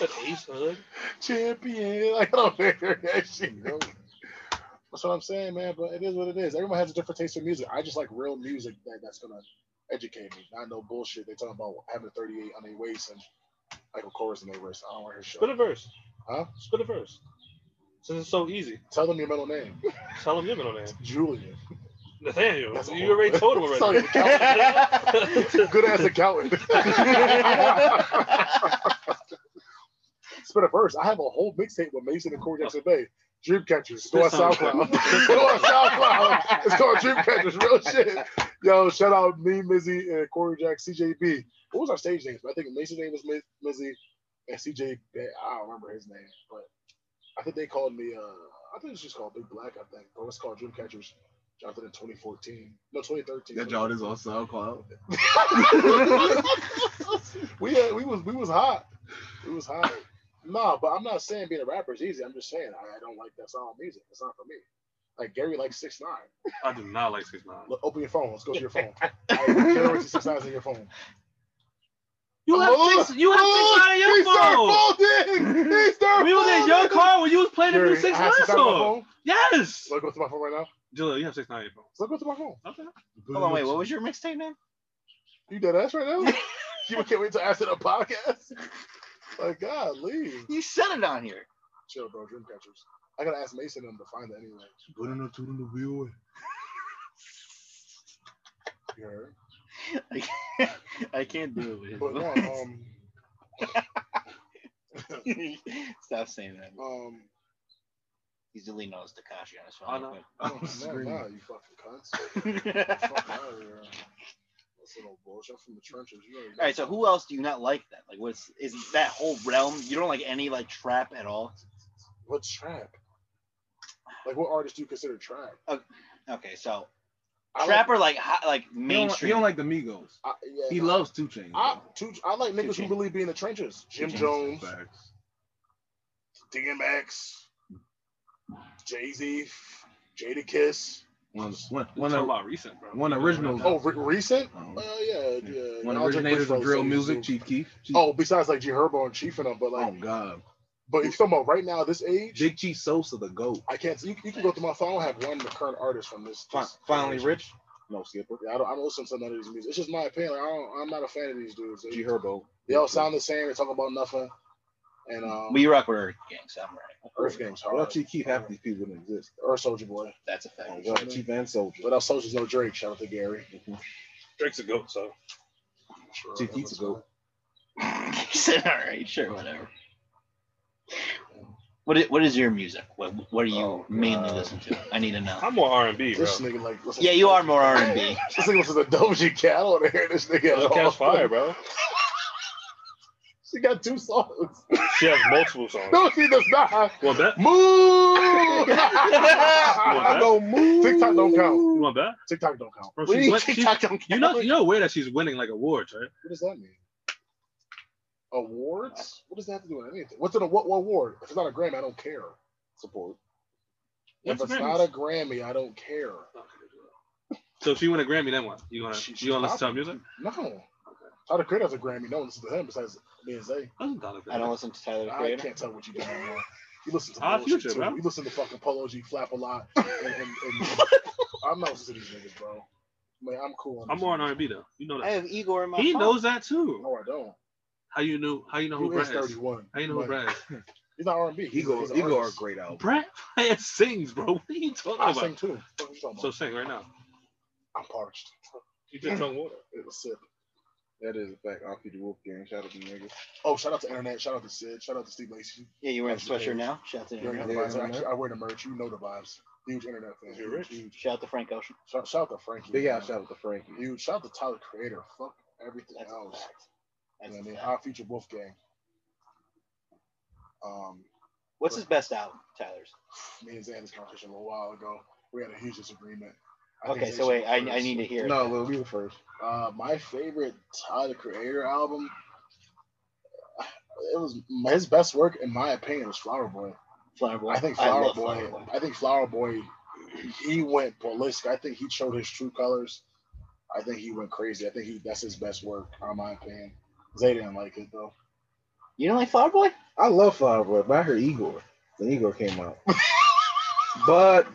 But Ace Hood. champion. Like, I don't think they're that shit. Yo. That's what I'm saying, man. But it is what it is. Everyone has a different taste in music. I just like real music that, that's gonna educate me, not no bullshit. They talking about having a 38 on their waist and like a chorus in their waist. I don't want to hear shit. Spit a verse. Huh? Spit a verse. Since it's so easy, Tell them your middle name, tell him your middle name. Julian. Nathaniel. That's you already told him Sorry, already. accountant. Good ass accountant. Spit a verse. I have a whole mixtape with Mason and Corey Jackson Bay. Dreamcatchers. Go on SoundCloud. Go on SoundCloud. It's called Dreamcatchers. Real shit. Yo, shout out me, Mizzy, and Corey Jack, CJB. What was our stage names? I think Mason's name was Miz- Mizzy, and CJ. Bay. I don't remember his name, but I think they called me. Uh, I think it's just called Big Black. I think, but it's called Dreamcatchers. Jonathan in 2014. No, 2013. That y'all is on SoundCloud. we had, we was we was hot. We was hot. Nah, but I'm not saying being a rapper is easy. I'm just saying I, I don't like that style of music. It's not for me. Like Gary likes six nine. I do not like six nine. Look, open your phone. Let's go to your phone. I guarantee six nine's in your phone. You have Oh, six. You have oh, six nine in your phone. folding. He started We was in your folding. car when you was playing the Gary, new six I nine have six nine on my song. phone. Let's Yes. go to my phone right now. Julio, you have six nine in your phone. Let's go to my phone. Okay. Hold on, wait. What was your mixtape name? You dead ass right now? you can't wait to answer the podcast? Like, God, leave. You said it on here. Chill, bro. Dreamcatchers. I gotta ask Mason and them to find it anyway. Good enough to the wheel. You heard? I can't do it. But no, um, With Stop saying that. um, He's deleting all his Takashi on his I phone. know. no, I'm no, no, screaming. oh, you fucking cunts. real quick. Fuck out of here. That's little bullshit. I'm from the trenches. You already know. all right. So who else do you not like? Then, like, what's is that whole realm? You don't like any like trap at all? What trap? Like, what artists do you consider trap? Okay, so I trap Like, or like hot, like He don't, like- he mainstream. don't like the Migos. I, yeah, He no. loves Two Chainz. I, Ah, though. two, I like niggas who Chainz. really be in the trenches. Jim Chainz. Jones, Facts. DMX, Jay Z, Jada Kiss. One, one, One one of about recent, bro. one original- Oh, re- recent? Um, Uh, yeah, yeah. one yeah, I'll drink originators Bushfire of drill Sage, music, too. Chief Keef. Chief- Oh, besides like G Herbo and Chief and them, but like, oh God, but if you're talking about right now, this age, Big Chief Sosa, the goat. I can't. You, you can go through my phone. I don't have one current artist from this. Fin- this finally, generation. Rich. No, Skipper. Yeah, I don't, I don't listen to none of these music. It's just my opinion. Like, I don't, I'm not a fan of these dudes. They, G Herbo. they all sound the same. They talk about nothing. And um, we rock with Earth Gang, so I'm right. Earth Game's Without hard. Chief Keef, half of these people didn't exist. Or Soldier Boy. That's a Oh, fact. God, Chief and Soldier. Without Soldier's no Drake. Shout out to Gary. Drake's a goat, so Sure, Chief Keef's a everyone's goat. he said, "All right, sure, whatever." What is, what is your music? What what do you Oh, mainly God. listen to? I need to know. I'm more R and B, fine. bro. This nigga like. listen- Yeah, you are more R and B. This nigga listens to Doja Cat. I don't want to hear this nigga. at Look, all. Cat's fire, bro. She got two songs. She has multiple songs. No, she does not. Want that? Move! that? I know move. TikTok don't count. You want that? TikTok don't count. Bro, What do she's you win- mean TikTok don't count. You know, you know, aware that she's winning like awards, right? what does that mean? Awards? What does that have to do with anything? What's in a what, what award? If it's not a Grammy, I don't care. Support. If What's it's Grammys? not a Grammy, I don't care. So if she win a Grammy, then what? You gonna She- she's you gonna listen to her popping. music? No. Tyler Creator has a Grammy. No one listens to him besides me and Zay. That's not a I don't Grammy. listen to Tyler the I Creator. can't tell what you got anymore. You listen to Ah, bullshit Future, too. bro. You listen to fucking Polo G, Flap a lot. And, and, and, I'm not listening to these niggas, bro. Man, I'm cool. On I'm these more on niggas. R and B though. You know I that. have Igor in my He phone. knows that too. No, I don't. How you knew? How you know who Who is Brett is? 31? How you know who Like, Brett is? He's not R&B. He's, Ego, he's an Ego are artist. great album. Brett Fire sings, bro. What are you talking I about? sing too. What you talking So about? sing right now. I'm parched. You just drunk water. It was sip. That is a fact. I'll feed the wolf gang. Shout out to you niggas. Oh, shout out to Internet. Shout out to Sid. Shout out to Steve Lacey. Yeah, you're wearing a sweatshirt now. Shout out to You already know him. the Yeah, vibes. Internet. Actually, I wear the merch. You know the vibes. Huge Internet fan. You're rich. Huge. Shout out to Frank Ocean. Shout, shout out to Frankie. Big man. ass shout out to Frankie. Huge. Shout out to Tyler Creator. Fuck everything That's a else. fact. You That's know a what I mean, fact. our future Wolfgang. Um, What's his best album, Tyler's? me and Zan had this conversation a little while ago. We had a huge disagreement. I think Okay, so Zayshek wait, I, was I first. need to hear. it. No, Lil, you were first. Uh, my favorite Tyler the Creator album. It was his best work, in my opinion, was Flower Boy. Flower Boy. I think Flower love Boy, I think Flower Boy. He went ballistic. I think he showed his true colors. I think he went crazy. I think he that's his best work, in my opinion. Zay didn't like it though. You don't like Flower Boy? I love Flower Boy, but I heard Igor. Then Igor came out. but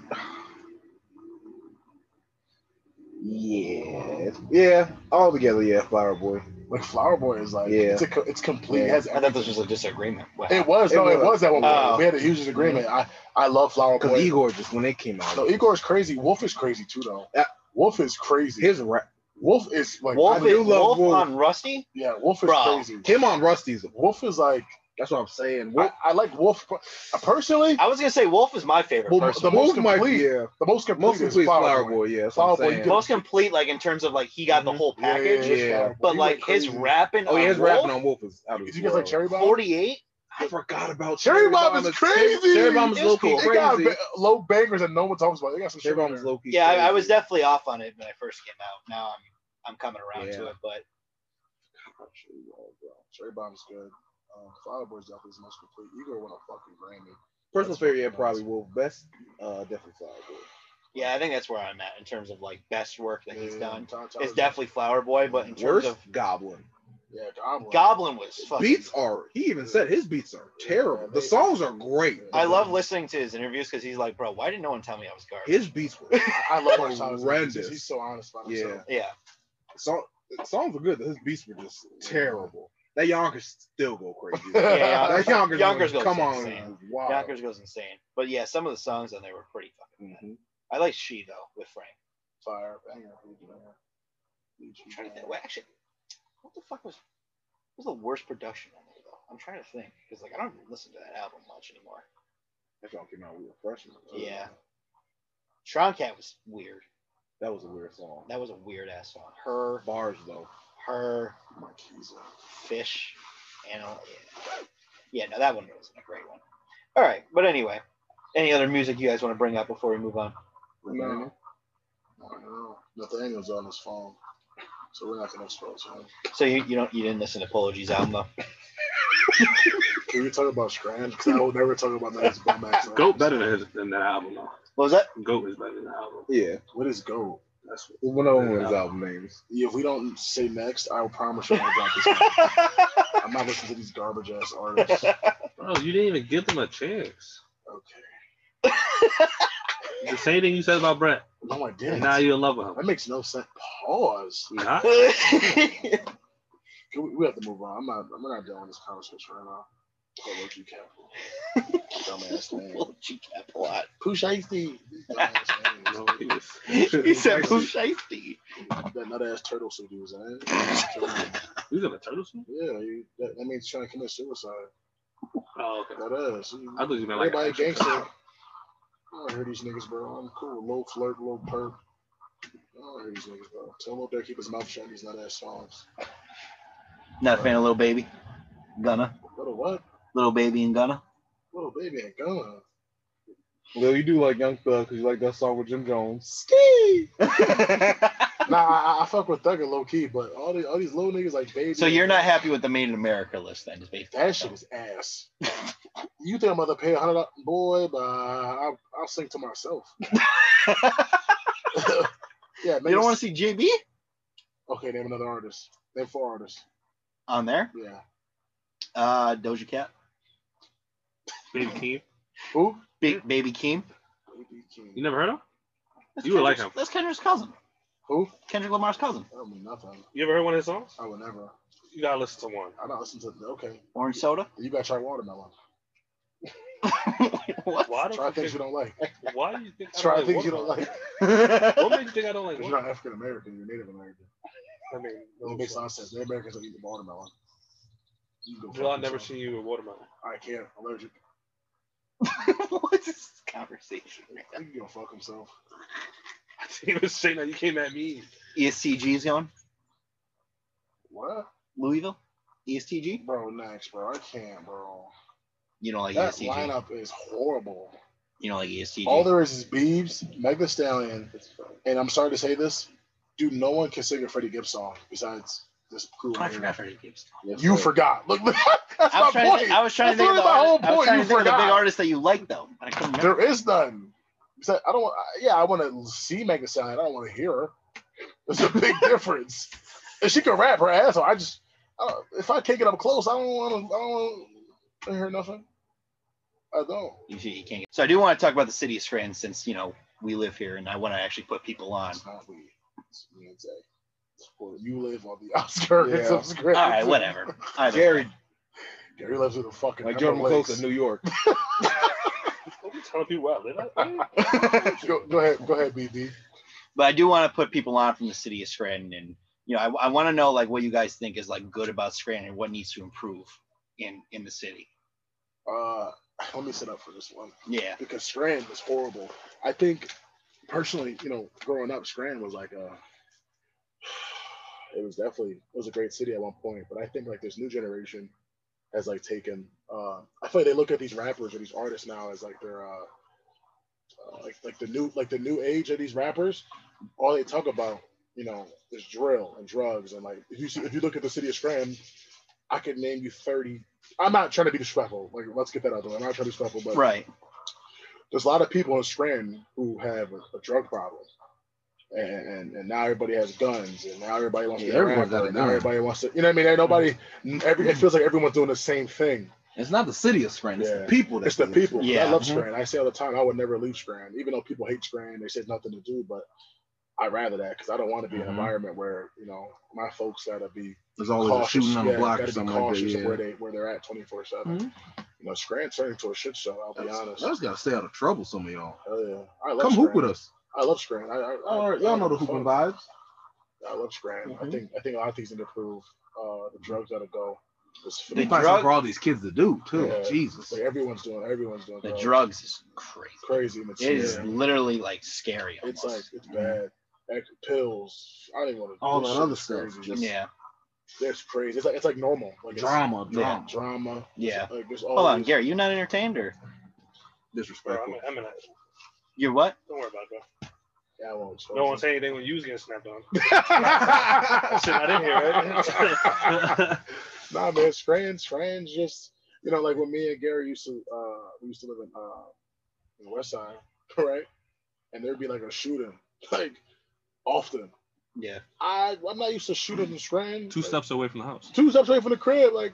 yeah, yeah, all together, yeah, Flower Boy. Like Flower Boy is like Yeah. it's a, co- it's complete. It Yeah. has I thought this was a disagreement. Wow. It was It no, it was. was at one point. Oh. we had a huge disagreement. I I love Flower Because Boy. Igor just when it came out, no, Igor's crazy. Wolf is crazy too though. Yeah. Wolf is crazy. his rap, Wolf is like Wolf, I is, do love Wolf, Wolf. on Rusty? yeah. Wolf is Bro. crazy. him on Rusty's. Wolf is like That's what I'm saying. I, Wolf, I like Wolf personally. I was going to say Wolf is my favorite. Well, personally. the most Wolf might- complete- yeah, The most complete most is complete Flower, Flower Boy. Boy. Yeah, that's Flower what Boy, I'm saying. you most complete, like in terms of like he got the Mhm. whole Yeah, yeah, package. yeah, yeah. But He like went his crazy. rapping oh yeah, his on Wolf, rapping on Wolf is out of Did this you guys like world. Cherry Bomb? 48? I forgot about Cherry Bomb is crazy. Cherry Bomb is It's low cool. key They got crazy. ba- low bangers that no one talks about. They got some Cherry shit. Bomb is there. low key. Yeah, I, I crazy. was definitely off on it when I first came out. Now I'm I'm coming around to Yeah. it, but Cherry Bomb, bro. Cherry Bomb's good. Um, Flower Boy's definitely the most complete. Igor won a fucking Grammy. Personal That's favorite, yeah, fucking probably nice. Wolf. Best, uh, definitely Flower Boy. yeah, I think that's where I'm at in terms of like best work that he's Yeah, done. Tyler- Tyler's- It's definitely Flower Boy, but in terms Worst of Goblin. yeah, Goblin. Goblin was fucking Beats are. He even said his beats are terrible. The songs are great. I love listening to his interviews because he's like, bro, why did no one tell me I was garbage? his beats were. I, I love how Tyler's Horrendous. He's, he's so honest about Yeah. himself. yeah, Song, songs were good. But his beats were just terrible. That Yonkers still go crazy. yeah, yeah. that Yonkers, Yonkers goes one, come on, insane. is Oh. wild. Yonkers goes insane. But yeah, some of the songs on there were pretty fucking. Mhm. I like She though with Frank. Fire banger. huge banger. Huge I'm trying to banger. think. Well, actually, what the fuck was what was the worst production on there though? I'm trying to think because like I don't listen to that album much anymore. That song came out. We were freshmen. Yeah. Tron Cat was weird. That was a weird song. That was a weird ass song. Her, Bars though. her, Marquise. fish, animal. Yeah. yeah, no, that one wasn't a great one. All right, but anyway, any other music you guys want to bring up before we move on? No. I know. Nathaniel's on his phone, so we're not gonna expose him. So you, you don't you didn't listen to Apologies album though? Can we talk about Scrange? 'Cause I will never talk about that as a bum ass. Goat better than, his, than that album. Though. What was that? Goat is better than that album. Yeah. What is Goat? That's what, One of his album names. If we don't say next, I will promise you I'm not this. one. I'm not listening to these garbage ass artists. bro, you didn't even give them a chance. Okay. The same thing you said about Brett. No, I didn't. And now you're in love with him. that makes no sense. Pause. You're not? Can We, we have to move on. I'm not. I'm not dealing with this conversation right now. Go look, you capital. Dumbass name. Apology Cap a lot. Pooh Icy. Dumbass No, name. he was- He said who shifty. That nut ass turtle suit he was in. he was in a turtle suit? Yeah, you, that, that means trying to commit suicide. Oh, okay. That is. I thought you meant like. Everybody actual gangster. turtle. I don't hear these niggas, bro. I'm cool. Low flirt, low perp. I don't hear these niggas, bro. Tell him up there, keep his mouth shut. These nut ass songs. Not a fan of Little Baby. Gunna. Little what? Little Baby and Gunna. Little baby ain't gonna. Lil, you do like Young Thug because you like that song with Jim Jones. Nah, I, I- I fuck with Thugger low key, but all, the, all these little niggas like baby. So you're not happy with the Made in America list then, is basically. That shit is ass. you think I'm about to pay a hundred dollars? Boy, but I'll, I'll sing to myself. yeah, You don't want to. to see JB Okay, name another artist. Name four artists. on there. Yeah. Uh, Doja Cat, Baby Keem. Who? Big Baby Keem. B.B. King. You never heard of him? That's You would like Kendrick's- him. That's Kendrick's cousin. Who? Kendrick Lamar's cousin. I don't mean nothing. You ever heard one of his songs? I would never. You gotta listen to one. I don't listen to. Okay, Orange Soda. you gotta try watermelon. what? Why, do Try you things think, you don't like. why do you think I Try don't like things you don't watermelon? like. What makes you think I don't like 'Cause watermelon? You're not African American. You're Native American. I mean, It makes no sense. Native Americans don't eat watermelon. You can go Jill, fuck I've never yourself. seen you with watermelon. I can't. I'm allergic. What's this conversation? He can go fuck himself. I didn't even say that. You came at me. E ESTG's going. What? Louisville. E ESTG. Bro, next, bro. I can't, bro. You don't like E That ESTG. lineup is horrible. you know, like E ESTG. All there is is Beebs, Meg Thee Stallion, and I'm sorry to say this, dude. No one can sing a Freddie Gibbs song besides this crew. I right here. forgot Freddie Gibbs. Yes, You sir. forgot. Look, look, that's I was, my trying to point. think, I was trying to That's think of the, literally my whole artist- I was point. trying You to think of the big forgot. artist that you like, though. I couldn't remember. there is none. Besides- I don't want. Yeah, I want to see Meg Thee Stallion. I don't want to hear her. There's a big difference. And she can rap her ass off. I just, I don't, if I can't get up close, I don't want to. I don't want to hear nothing. I don't. You see, you can't get- So I do want to talk about the city of Scranton since you know we live here, and I want to actually put people on. It's not weed. It's Beyonce. Well, you live on the outskirts Yeah. of Scranton. All right, whatever. Either Gary, way. Gary lives in a fucking. like Jordan Everglades. Close in New York. Don't be telling people out. go, go ahead, go ahead, BD. but I do want to put people on from the city of Scranton, and you know, I, I want to know like what you guys think is like good about Scranton and what needs to improve in in the city. Uh, let me sit up for this one Yeah, because Strand was horrible. I think personally, you know, growing up, Strand was like a. It was definitely it was a great city at one point, but I think like this new generation has like taken. Uh, I feel like they look at these rappers or these artists now as like they're uh, uh, like like the new like the new age of these rappers. All they talk about, you know, is drill and drugs and like if you see, if you look at the city of Strand, I could name you thirty. I'm not trying to be disrespectful. Like let's get that out of the way. I'm not trying to be disrespectful, but right. there's a lot of people in Scranton who have a, a drug problem, and, and and now everybody has guns, and now everybody wants Yeah, to be a everyone's got rapper, a and now gun. everybody wants to. You know what I mean? And nobody. Every it feels like everyone's doing the same thing. It's not the city of Scranton. It's Yeah. the people. It's that's the doing it. people. Yeah. I love Mhm. Scranton. I say all the time, I would never leave Scranton, even though people hate Scranton. They said nothing to do, but I rather that because I don't want to be in Mhm. an environment where you know my folks gotta be There's always a shooting on the yeah, block or gotta be something like that. cautious of where Yeah. they where they're at twenty four seven. Mhm. You know, Scranton turned into a shit show. I'll be honest. That's gotta stay out of trouble, some of y'all. Hell yeah. I love Come hoop Scranton. with us. I love Scranton. I, I, All right, I- y'all know the hooping vibes. I love Scranton. I Mhm. think I think a lot of things need to improve. Uh, the drugs gotta go. It's The We food. find something drug- for all these kids to do too. Yeah. Jesus. Like everyone's doing. Everyone's doing. The drugs. drugs is crazy. Crazy. and It is yeah. literally like scary. It's Almost. like it's bad. Like, pills. I don't even want to. All that other stuff, just- yeah, That's crazy. It's like it's like normal. Like it's Drama, Yeah. drama, Drama. yeah. Like there's all. Hold on, these- Gary, you not entertained or disrespectful. I'm in it. you're what? Don't worry about it, bro. Yeah, I won't. No one say anything when you was getting snapped on. That Shit, I didn't hear it. nah, man, Strands, Strands just, you know, like when me and Gary used to, uh, we used to live in, uh, in the West Side, right? And there'd be like a shooting, like often. Yeah, I, I'm not used to shooting in Strands. Two like, steps away from the house. Two steps away from the crib, like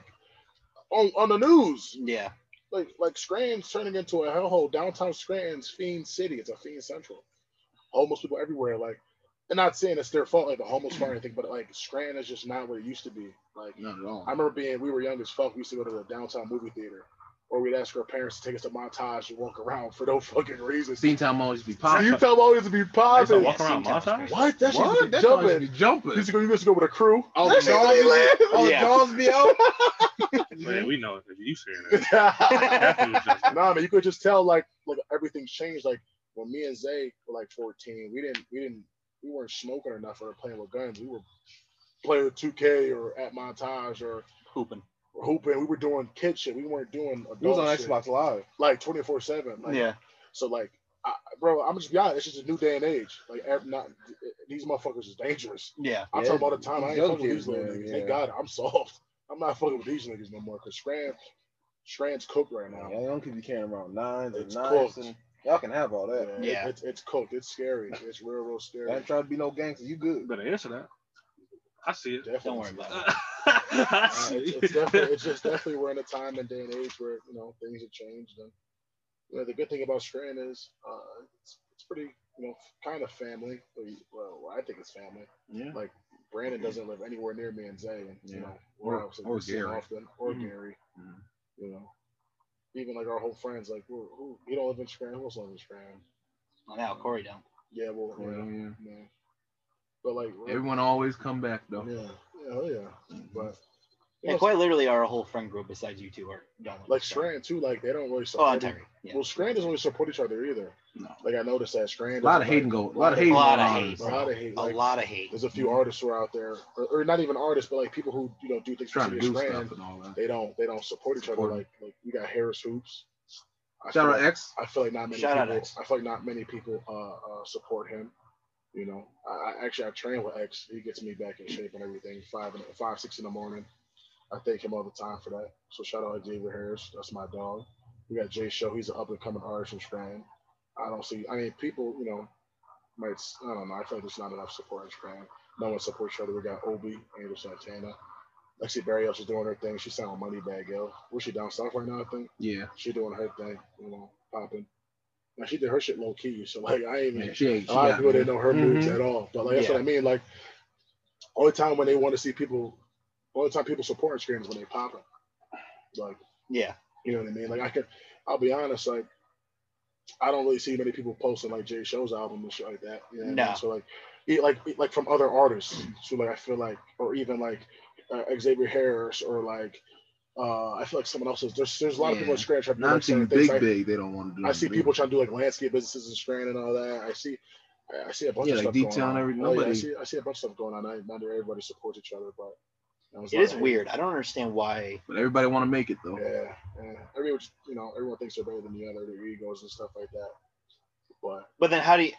on, on the news. yeah. Like, like Scranton's turning into a hellhole. Downtown Scranton's Fiend City. It's a Fiend Central. Homeless people everywhere. Like, and not saying it's their fault, like the homeless part or anything, but like Scranton is just not what it used to be. Like, Not at I all. remember being we were young as fuck. We used to go to the downtown movie theater, or we'd ask our parents to take us to montage and walk around for no fucking reason. Scene time always be so popping. you tell always to be Like, so popping. walk around sometimes montage? What? That shit used to What? be That's always jumping. be jumping. You used to go. You used to go with a crew. Oh, That shit God. used to be Oh, Yeah. Jaws be out. Man, we know it. If you saying that. lit. That was just- nah, man, you could just tell like like everything's changed. Like when me and Zay were like 14, we didn't we didn't we weren't smoking or nothing or playing with guns. We were playing with 2K or at montage or, Hooping. or hooping. We were doing kid shit. We weren't doing It adult was on Oh, shit. Xbox Live. like 24 seven. Like, Yeah, So like, I, bro, I'm just be honest. It's just a new day and age. Like, ev- not these motherfuckers is dangerous. yeah. I Yeah, tell them all the time. I ain't these young fucking with these kids, little man, niggas. yeah. Thank God, I'm soft. I'm not fucking with these niggas no more. Cause Strand, Strand's cooked right Yeah, now. Y'all kids be carrying around nines and It's knives, cooked. and y'all can have all that. it- Yeah. it's, it's cooked. It's scary. It's real, real scary. I ain't trying to be no gangster. You You good? better answer that. I see it. Definitely Don't worry about it. I Uh, see it's, it. it's definitely it's just definitely we're in a time and day and age where you know things have changed and you know the good thing about Strand is uh, it's, it's pretty you know kind of family or you- well I think it's family Yeah. like Brandon doesn't live anywhere near me and Zay and you Yeah. know we're Or- out, so or we see him Gary. often or Mhm. Gary Mhm. you know even like our whole friends like who who you don't live in Strand who else lives in Strand Well, now Corey don't. yeah well Yeah, yeah, yeah. yeah. but like we're- Everyone Mm-hmm. always come back though. yeah yeah hell yeah but you And know, quite literally, our whole friend group besides you two are don't like Strand too like they don't really Oh, support and each- Terry. Yeah. Well, Strand doesn't really support each other either. No. Like I noticed that Strand A lot of doesn't, hating like, go. A lot of hating. A lot of going on. hate. A lot of hate. a Like, lot of Mm-hmm. hate. There's a few artists who are out there, or, or not even artists, but like people who you know do things for Trying to City do of Strand. stuff and all that. They don't. They don't support each other. Support. Like like you got Harris Hoops. I feel, Shout out like, X. I feel like not many. Shout out people, X. I feel like not many people uh, uh, support him. You know, I, I actually I train with X. He gets me back in shape and everything. Five and five six in the morning. I thank him all the time for that. So shout out to David Harris. That's my dog. We got Jay Show. He's an up and coming artist from Scranton. I don't see. I mean, people, you know, might. s- I don't know. I feel like there's not enough support in Scranton. No one supports each other. We got Obi, Angel Santana, Lexi Barrios is doing her thing. She's selling money bag, yo. Where's she down south right now? I think Yeah. she doing her thing, you know, popping. Now she did her shit low key, so like I ain't yeah even she ain't. She a lot of got people me. didn't know her moves at all. But like that's what I mean. Like only time when they want to see people, only time people supporting screen is when they popping. Like Yeah. you know what I mean? Like I could, I'll be honest, like I don't really see many people posting like Jay Show's album and shit like that. You know what I mean? No. So like, e- like like from other artists. So like I feel like, or even like uh, Xavier Harris or like. Uh, I feel like someone else is there's, there's a lot of people Yeah. in Scranton trying to do Now I'm like seeing certain things. big, I- big. They don't want to do. I see anything. people trying to do like landscape businesses and strand and all that. I see, I- I see a bunch Yeah, of like stuff going D-Town, on. every- Oh, yeah, I nobody- see, I see a bunch of stuff going on. I, not everybody supports each other, but you know, it's It not is like- weird. I don't understand why. But everybody want to make it though. Yeah, yeah. Everyone, you know, everyone thinks they're better than the other, their egos and stuff like that. But But then how do you?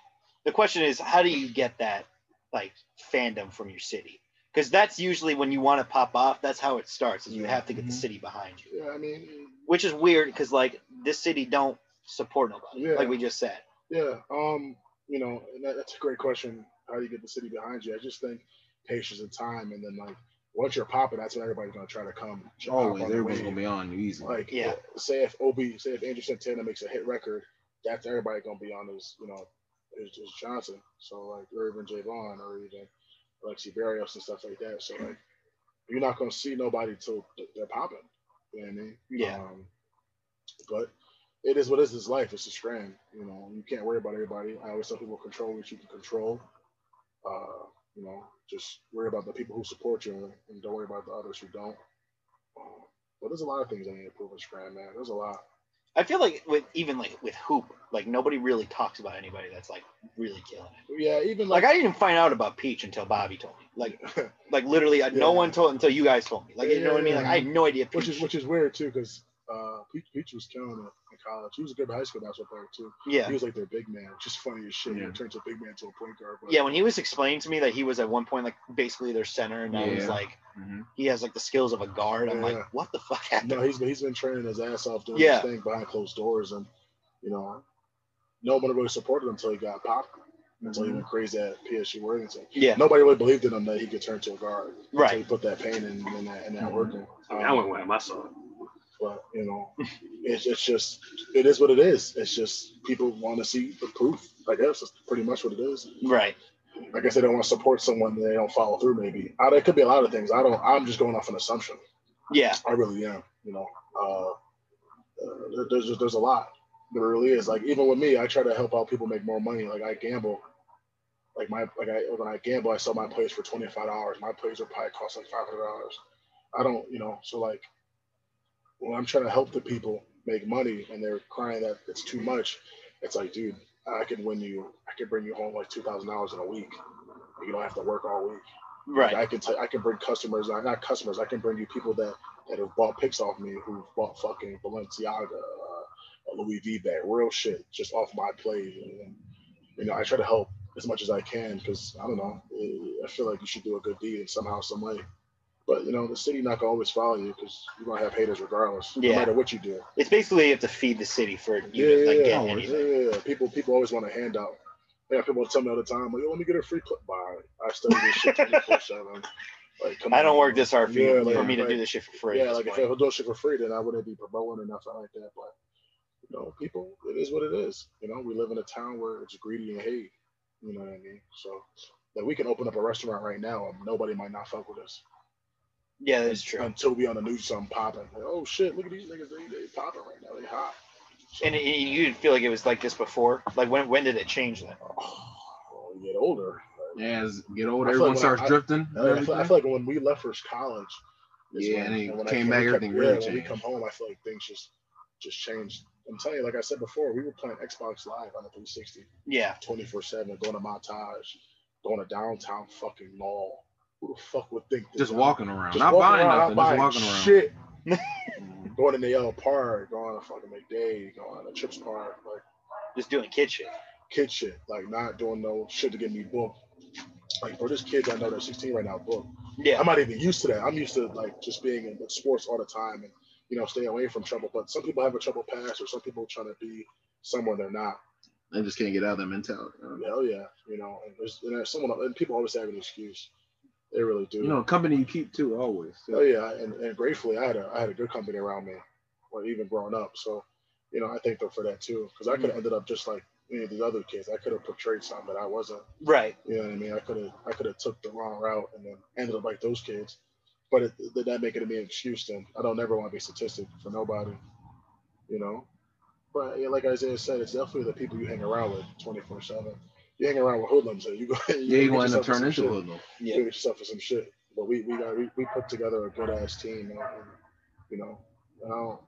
The question is, how do you get that like fandom from your city? Because that's usually when you want to pop off. That's how it starts. Is you have to get Mhm. the Mm-hmm. city behind you, yeah, I mean, which is weird because like this city don't support nobody, Yeah. like we just said. Yeah, um, you know, and that, that's a great question. How do you get the city behind you? I just think patience and time, and then like once you're popping, that's when everybody's gonna try to come. hop Always, on the everybody's wave. gonna be on you easily. Like, Yeah. say if OB, say if Andrew Santana makes a hit record, that's everybody gonna be on his, you know, is, is Johnson. So like, or even Javon, or even Alexi Barrios and stuff like that. So like, you're not gonna see nobody till th- they're popping. You know what I mean? Yeah. Um, but it is what it is. It's life. It's a strand. You know, you can't worry about everybody. I always tell people control what you can control. Uh, you know, just worry about the people who support you and don't worry about the others who don't. Um, but there's a lot of things I need to improve in Scram, man. There's a lot. I feel like with even like with hoop, like nobody really talks about anybody that's like really killing it. Yeah, even Like like, I didn't find out about Peach until Bobby told me. Like like literally, uh no Yeah. one told until you guys told me. Like you know what I mean? Like I had no idea. Peach. which is which is weird too, because uh, Peach, Peach was killing it in college. He was a good high school basketball player too. yeah. He was like their big man, which is funny as shit. Yeah. He turns a big man to a point guard. But Yeah, when he was explaining to me that he was at one point like basically their center, and now he's Yeah. like Mhm. uh, he has like the skills of a guard. I'm Yeah. like, what the fuck happened? No, he's been he's been training his ass off doing Yeah. his thing behind closed doors, and you know, nobody really supported him until he got popped, until Mm-hmm. he went crazy at PSU Worthington. yeah, Nobody really believed in him that he could turn to a guard. until Right. Mm-hmm. he put that pain in and that, in that work. in. I mean, I went with him. I saw it. but you know, it's, it's just it is what it is. It's just people want to see the proof. I guess that's pretty much what it is. right. I guess they don't want to support someone and they don't follow through. Maybe I, there could be a lot of things. I don't. I'm just going off an assumption. Yeah, I really am. You know, uh, uh, there- there's just, there's a lot. There really is. Like even with me, I try to help out people make more money. Like I gamble. Like my like I when I gamble, I sell my plays for twenty five dollars. My plays are probably cost like five hundred dollars. I don't, you know. So like, when I'm trying to help the people make money and they're crying that it's too much, it's like, dude, I can win you. I can bring you home like two thousand dollars in a week. You don't have to work all week. right. I can t- I can bring customers, I not customers. I can bring you people that that have bought picks off me, who bought fucking Balenciaga, uh, Louis V bag, real shit, just off my play. And, you know, I try to help as much as I can because I don't know. eh, I feel like you should do a good deed in somehow, some way. But you know, the city not gonna always follow you because you're gonna have haters regardless, Yeah. no matter what you do. It's basically you have to feed the city for you Yeah, to like, yeah, get yeah. anything. Yeah, yeah. People, people always want a handout. Yeah, people tell me all the time, like, "Yo, let me get a free clip." Bye. I study this shit twenty four seven. Like, come I don't on, work man. this hard for, you, Yeah, like, for me to like- do this shit for free. Yeah, like if I point. would do shit for free, then I wouldn't be promoting or nothing like that. But you know, people, it is what it is. You know, we live in a town where it's greedy and hate. You know what I mean? So like, we can open up a restaurant right now, and nobody might not fuck with us yeah, that's true. until we on the news something popping. Like, oh shit, look at these niggas, they, they popping right now, they hot. So- And it, it- you didn't feel like it was like this before. Like when when did it change then? oh, you get older. like, As you get older, I feel everyone like starts I- I- drifting. and Oh, I, feel, I everything. feel like when we left first college, is Yeah, and it I came back, we everything really yeah, When we changed. come home, I feel like things just just changed. I'm telling you, like I said before, we were playing Xbox Live on the 360, Yeah, 24 seven, going to Montage, going to downtown fucking mall. Who the fuck would think? that- just walking around, Just not walking buying around, nothing, not just walking around. shit. Mhm. going to Nail Park, going to fucking McDay, going to Chips Park, like Just doing kid shit. kid shit, like not doing no shit to get me booked. Like, bro, there's kids I know they're 16 right now booked. Yeah. I'm not even used to that. I'm used to like just being in sports all the time and you know stay away from trouble. But some people have a trouble past, or some people trying to be someone they're not. I just can't get out of that mentality. Hell yeah, you know. And there's, and there's someone and people always have an excuse. They really do. You know, company you keep too, always. Oh yeah, and, and gratefully, I had a I had a good company around me, or even growing up. So, you know, I thank them for that too, because I could have ended up just like any of these other kids. I could have portrayed something that I wasn't. Right. You know what I mean? I could have I could have took the wrong route and then ended up like those kids. But it, did that make it me an excuse? Then I don't never want to be a statistic for nobody. You know. But yeah, like Isaiah said, it's definitely the people you hang around with 24 seven. You hang around with hoodlums, and you go. Yeah, you you get gonna end up yourself some turning into shit a hoodlum. Yeah. yeah. get yourself for some shit. But we we got we, we put together a good ass team, man, and, you know. And I don't,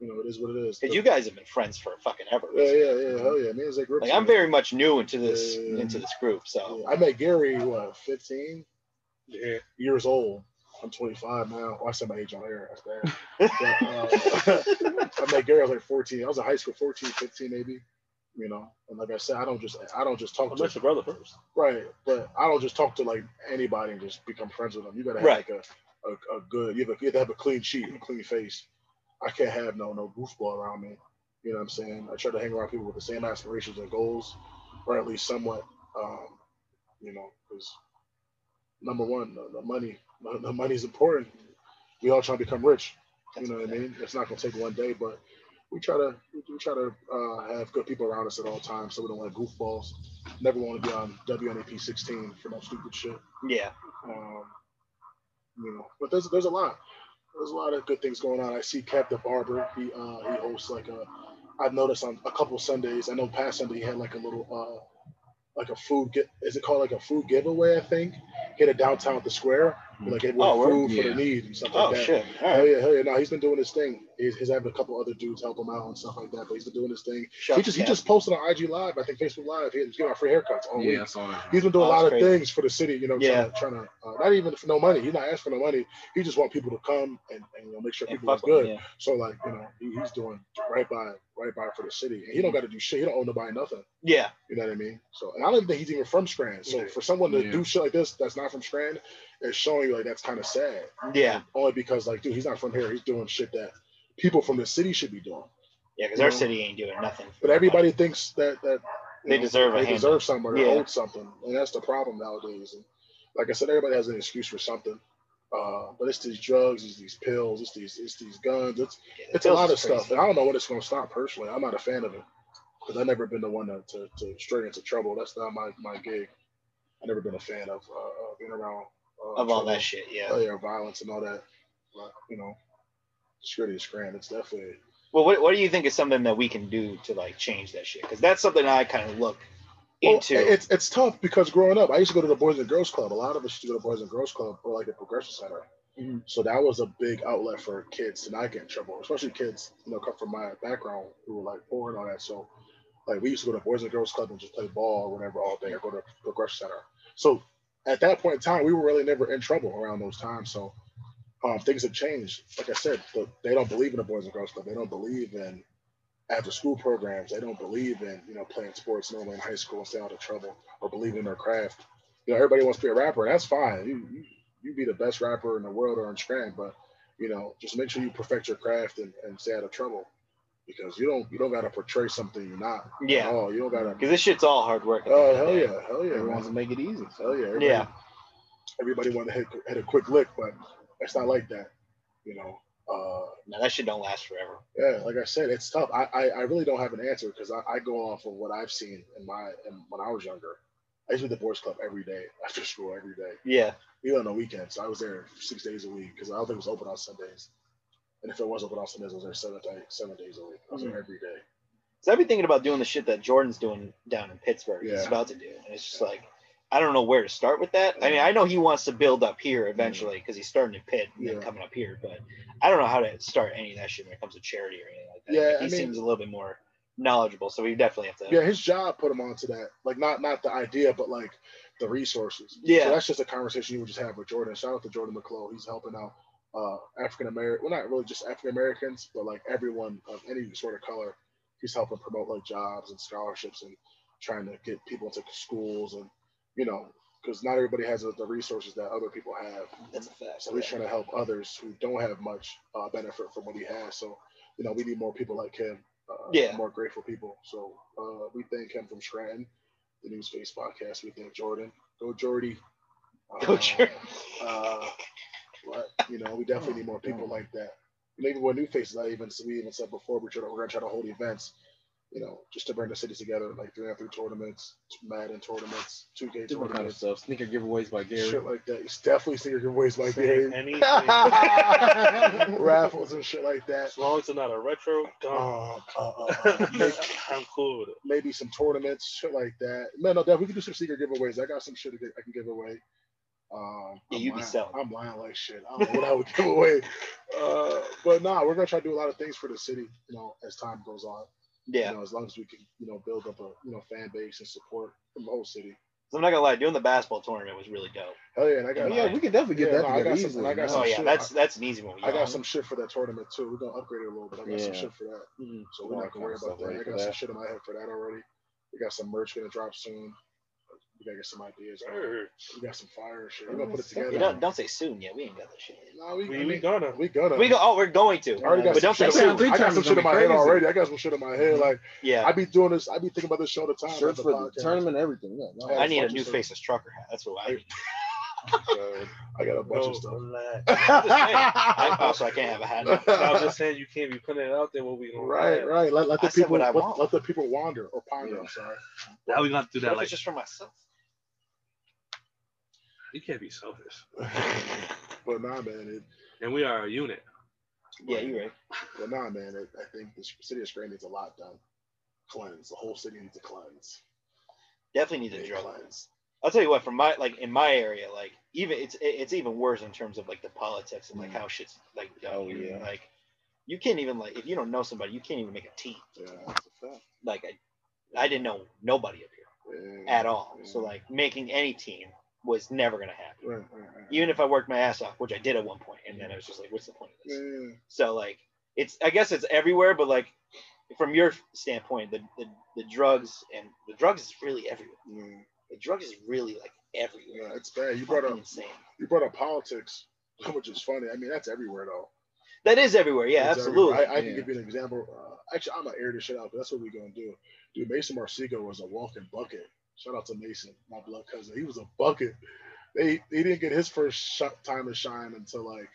you know, it is what it is. Because you guys have been friends for fucking ever. yeah, yeah, yeah, hell yeah. Me and Zach grew up Like I'm together. very much new into this Yeah. into this group, so Yeah, I met Gary what 15 Yeah. years old. I'm 25 now. Oh, I said my age on air. That's bad. But, uh, I met Gary. I was like 14. I was in high school, 14, 15 maybe. You know, and like I said, I don't just I don't just talk I to met your brother first. Right, but I don't just talk to like anybody and just become friends with them. You gotta have Right. like a, a, a good. You have, a, you have to have a clean sheet, a clean face. I can't have no no goofball around me. You know what I'm saying? I try to hang around people with the same aspirations and goals, or at least somewhat. Um, you know, because number one, the, the money, the, the money's important. We all try to become rich. You know what I mean? It's not gonna take one day, but we try to we, we try to uh, have good people around us at all times, so we don't let goofballs. Never want to be on WNAP 16 for no stupid shit. yeah. Um, you know, but there's there's a lot. There's a lot of good things going on. I see Cap the Barber. He uh, he hosts like a. I've noticed on a couple Sundays. I know past Sunday he had like a little uh, like a food get. Is it called like a food giveaway? I think. Hit it downtown at the square. Like it Oh, word. food for Yeah. the need and stuff like Oh that. shit. All Hell right. yeah, hell yeah. No, he's been doing his thing. He's, he's having a couple other dudes help him out and stuff like that. But he's been doing his thing. Shout He just he out. just posted on IG Live, I think Facebook Live. He was giving out free haircuts all Yeah, I week. saw that. He's been doing Oh, a lot that's of crazy. things for the city, you know, Yeah. trying to, trying to uh, not even for no money. He's not asking for no money. He just want people to come and, and you know, make sure And people are fuck with good. him, yeah. So like, you know, he, he's doing right by right by for the city. And he don't gotta do shit. He don't owe nobody nothing. Yeah. You know what I mean? So and I don't even think he's even from Scranton. So Yeah. for someone to Yeah. do shit like this that's not from Scranton, it's showing you like that's kind of sad. Yeah. Only because like, dude, he's not from here. He's doing shit that people from the city should be doing. Yeah. Because our No. city ain't doing nothing. But everybody thinks that that you They deserve a they hand. deserve something or they Yeah. hold something, and that's the problem nowadays. And like I said, everybody has an excuse for something. Uh, but it's these drugs, it's these pills, it's these it's these guns, it's Yeah, the it's a bills lot of is crazy. stuff, and I don't know when it's gonna stop. Personally, I'm not a fan of it because I've never been the one to, to, to stray into trouble. That's not my my gig. I've never been a fan of uh, being around uh, Of all trouble that shit. Yeah. player violence and all that. But, you know, security is grand. It's definitely Well, what, what do you think is something that we can do to like change that shit? Because that's something I kind of look well, into. it's it's tough because growing up, I used to go to the Boys and Girls Club. A lot of us used to go to Boys and Girls Club or like the Progression Center. Mhm. So that was a big outlet for kids to not get in trouble, especially kids you know come from my background who were like poor and all that. So like we used to go to Boys and Girls Club and just play ball or whatever all day, or go to Progression Center. So at that point in time, we were really never in trouble around those times. So um, things have changed. Like I said, the, they don't believe in the Boys and Girls Club. They don't believe in after school programs. They don't believe in you know playing sports normally in high school and stay out of trouble or believe in their craft. You know, everybody wants to be a rapper. and That's fine. You, you you be the best rapper in the world or in Scranton, but you know just make sure you perfect your craft and, and stay out of trouble because you don't you don't gotta portray something you're not. yeah. Oh, you don't gotta. Because this shit's all hard work. at the Oh end of hell the day. yeah, hell yeah, Everyone man. wants to make it easy. Hell Oh, yeah. Everybody, Yeah. Everybody wanted to hit, hit a quick lick, but it's not like that, you know. Uh, No, that shit don't last forever. yeah, like I said, it's tough. I, I, I really don't have an answer because I, I go off of what I've seen in my in, when I was younger. I used to be at the boys club every day after school every day, Yeah. even on the weekends. I was there six days a week because I don't think it was open on Sundays. And if it was open on Sundays, I was there seven, day, seven days a week. I was there every day. So I've been thinking about doing the shit that Jordan's doing down in Pittsburgh. He's Yeah. about to do, and it's just like I don't know where to start with that. I mean, I know he wants to build up here eventually because he's starting to pit and then Yeah. coming up here, but I don't know how to start any of that shit when it comes to charity or anything like that. Yeah, Like, he I mean- seems a little bit more knowledgeable, so we definitely have to. Yeah, his job put him onto that. Like not not the idea, but like the resources. Yeah. So that's just a conversation you would just have with Jordan. Shout out to Jordan McClough. He's helping out uh, African American, well, not really just African Americans, but like everyone of any sort of color. He's helping promote like jobs and scholarships and trying to get people into schools and you know because not everybody has the resources that other people have. That's a fact. So he's trying to help others who don't have much uh, benefit from what he has. So you know we need more people like him. Uh, Yeah. More grateful people. So uh, we thank him from Stratton, the News Face Podcast. We thank Jordan. Go Jordy. Go Uh, Jordy. uh, but you know, we definitely need more people like that. And even with new faces, I even we even said before we're, trying to, we're gonna try to hold events, you know, just to bring the cities together, like three on three tournaments, Madden tournaments, two K Different kind of tournaments, stuff. Sneaker giveaways by Gary. shit like that. It's definitely senior giveaways like Say that, anything. raffles and shit like that. as long as it's not a retro gun, Uh, uh, uh, uh, I'm cool with it. maybe some tournaments, shit like that. No, no, Dev, we can do some secret giveaways. I got some shit to get, I can give away. Um, Yeah, I'm you be lying- selling. I'm lying like shit. I don't know what I would give away. Uh, but nah, we're gonna try to do a lot of things for the city, you know, as time goes on. Yeah. You know, as long as we can, you know, build up a you know fan base and support from the whole city. So I'm not gonna lie, doing the basketball tournament was really dope. Hell yeah, and I Oh, got yeah, yeah, Yeah, we can definitely get Yeah, no, that I together got some- easily. I got man. some Oh yeah, shit. that's that's an easy one. I got some shit for that tournament too. We're gonna upgrade it a little bit. I got some Yeah. shit for that. Mhm. So we're All not gonna kinda worry about stuff that. ready I for got some that. shit in my head for that already. We got some merch gonna drop soon. We gotta get some ideas. going. Sure. We got some fire shit. Oh, We're gonna put it that's dope. together. Yeah, don't, don't say soon yet. We ain't got that shit. yet. Nah, we, We, I we mean, gonna. we gonna. We go. Oh, we're going to. I already got But some don't say shit. soon. I got some shit in my head Crazy. already. I got some shit in my head. Like Yeah. I be doing this. I be thinking about this shit all the time. Search on for the podcast. tournament and everything. Yeah, no, I I need a fucking new so. faceless trucker hat. That's what I need. I got a bunch Go of stuff. relax. I, also, I can't have a hat. on. I'm just saying you can't be putting it out there what we don't Right, have. right. Let, let the I said people what I let, want. let the people wander or ponder. I'm sorry. Now we gonna do What that if like it's just for myself. you can't be selfish. But nah, man. It, And we are a unit. Yeah, you're right. But nah, man, I, I think the city of Scranton needs a lot done. Cleanse. The whole city needs a cleanse. Definitely needs a Big drug. cleanse. I'll tell you what, from my like in my area, like even it's it- it's even worse in terms of like the politics and like how shit's like done Oh, here. yeah. Like you can't even like if you don't know somebody, you can't even make a team. Yeah, that's a fact. Like I, I didn't know nobody up here Yeah. at all. So like making any team was never gonna happen. Right, right, right. Even if I worked my ass off, which I did at one point, and then I was just like, what's the point of this? Yeah. So like it's I guess it's everywhere, but like from your standpoint, the the, the drugs and the drugs is really everywhere. Yeah. The drugs is really like Yeah, everywhere. it's bad. Mm. You brought Fucking up insane. you brought up politics, which is funny. I mean, that's everywhere though. That is everywhere. Yeah, It's absolutely. everywhere. I, I can Yeah. give you an example. Uh, actually, I'm gonna air this shit out, but that's what we're gonna do. Dude, Mason Marcigo was a walking bucket. Shout out to Mason, my blood cousin. He was a bucket. They they didn't get his first shot time to shine until like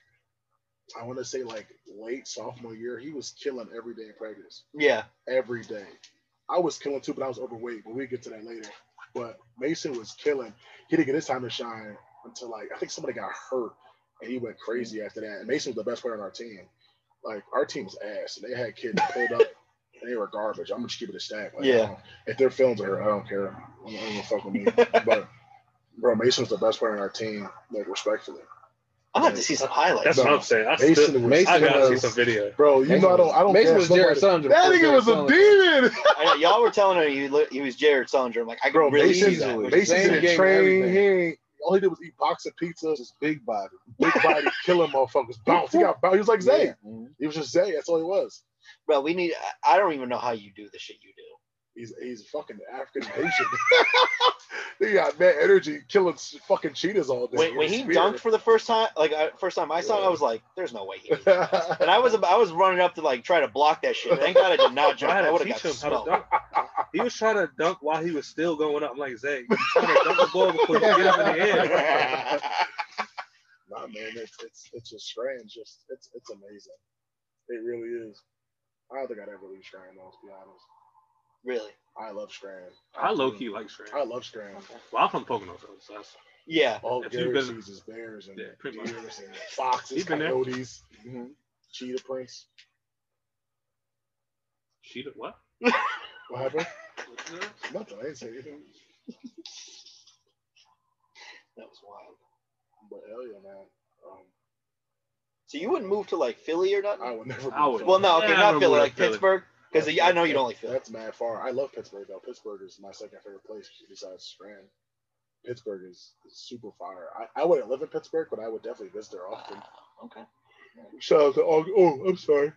I want to say like late sophomore year. He was killing every day in practice. Yeah. every day. I was killing too, but I was overweight. But we get to that later. But Mason was killing. He didn't get his time to shine until like I think somebody got hurt, and he went crazy after that. And Mason was the best player on our team. Like our team was ass, and they had kids that pulled up, and they were garbage. I'm gonna just keep it a stack. Like, I Yeah. don't- If their films are, I don't care. I don't, I don't fuck with me. But bro, Mason was the best player on our team. Like respectfully, I'll have to see some highlights. That's what I'm saying. I still, Mason was. I Mason gotta see was- some video. bro, you Mason know I don't. was- I don't Mason gas was Jared nobody. Sandra. That nigga was a demon. I know, y'all were telling me he, look, he was Jared Sullinger. I'm like, I can Bro, really see Mason's- that. Easily. Mason Same didn't game, train. everything. He ain't, all he did was eat box of pizzas, his Big body. big body killing motherfuckers. Bounce. He got bounce. He was like Zay. Yeah. Mhm. He was just Zay. That's all he was. Bro, we need. I- I don't even know how you do the shit you do. He's he's fucking African Asian. he got mad energy, killing s- fucking cheetahs all day. When, when with a he spear. dunked for the first time, like I, first time I saw it, I was like, "There's no way." He did that. and I was I was running up to like try to block that shit. Thank God I did not jump. I I had would to have got teach him how to smoked. dunk. He was trying to dunk while he was still going up. I'm like, Zay, you trying to dunk the ball before you get up in the air. nah, man, it's it's it's just strange. Just it's it's amazing. It really is. I don't think I'd ever leave Scranton, though, to be honest. really? I love Scranton. I low key like Shrimp. I love Scranton. Well, I'm from Pocono, so that's Yeah. All If Gary you've been- sees is bears and Yeah, pretty much. deers and foxes, He's been there. coyotes, mm-hmm. Mhm. cheetah prints. she did what? What happened? What's that? Nothing. I didn't say anything. That was wild. But hell yeah, man. Um, So you wouldn't move to like Philly or nothing? I would never. I would. Well, no, okay, Yeah, I not would Philly, move to like Philly. Pittsburgh, because I know you don't like Philly. That's mad far. I love Pittsburgh though. Pittsburgh is my second favorite place besides Strand. Pittsburgh is, is super fire. I, I wouldn't live in Pittsburgh, but I would definitely visit there often. Okay. Shout out to August. Oh, I'm sorry.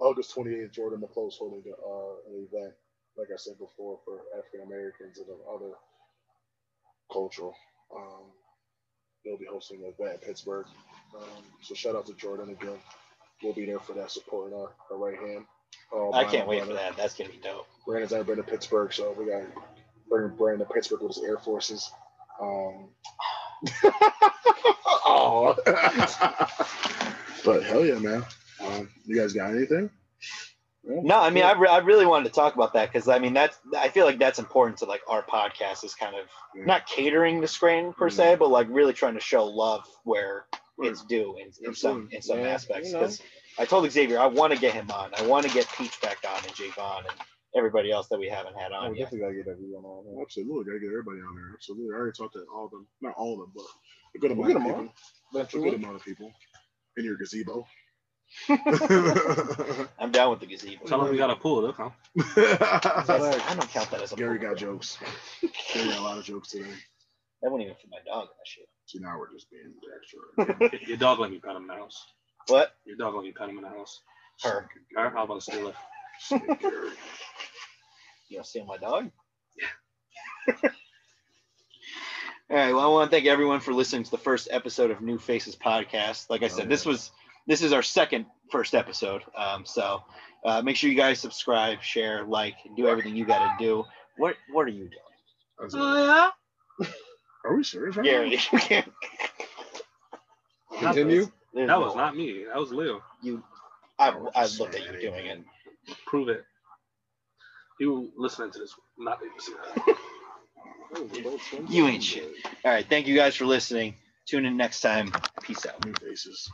August 28th, Jordan McClose holding a, uh, an event, like I said before, for African Americans and of other cultural. Um, they'll be hosting an event in Pittsburgh. Um, so shout out to Jordan again. We'll be there for that, supporting our, our right hand. Oh, I my can't wait brother. for that. That's gonna be dope. Brandon's never been to Pittsburgh, so we got to bring Brandon to Pittsburgh with his Air Forces. Um, oh. but hell yeah, man. Um, you guys got anything? No, I mean, I, re- I really wanted to talk about that because I mean, that's I feel like that's important to like our podcast is kind of Yeah. not catering the screen per se, but like really trying to show love where Right. it's due in, in some in some Yeah, aspects. you know. Because I told Xavier I want to get him on. I want to get Peach back on and Javon and everybody else that we haven't had Oh, on we yet. definitely gotta get everyone on. man. Absolutely. Gotta get everybody on there. Absolutely. I already talked to all of them. Not all of them, but a good We'll amount get of them people. on. That's A good amount of people in your gazebo. Gary I'm down with the gazebo. Tell them we got a pool. They'll come. That's- I don't count that as a pool. got jokes. Gary got a lot of jokes today. That wouldn't even fit my dog in that shit. So now we're just being extra. Your dog let me pet him in the house. What? Your dog let me pet him in the house. Her. All right, how about a stealer? Snake Gary. You don't steal my dog? All right. Well, I want to thank everyone for listening to the first episode of New Faces Podcast. Like I said, this was this is our second first episode. Um, so uh, make sure you guys subscribe, share, like, and do everything you got to do. What What are you doing, That's Oh, it. Are we serious? right now? Gary? you can't- Continue. there's That no was way. not me. That was Leo. you. I, I looked at you doing it. Prove it. You listening to this? Not even see that. You ain't shit. All right. Thank you guys for listening. Tune in next time. Peace out. New faces.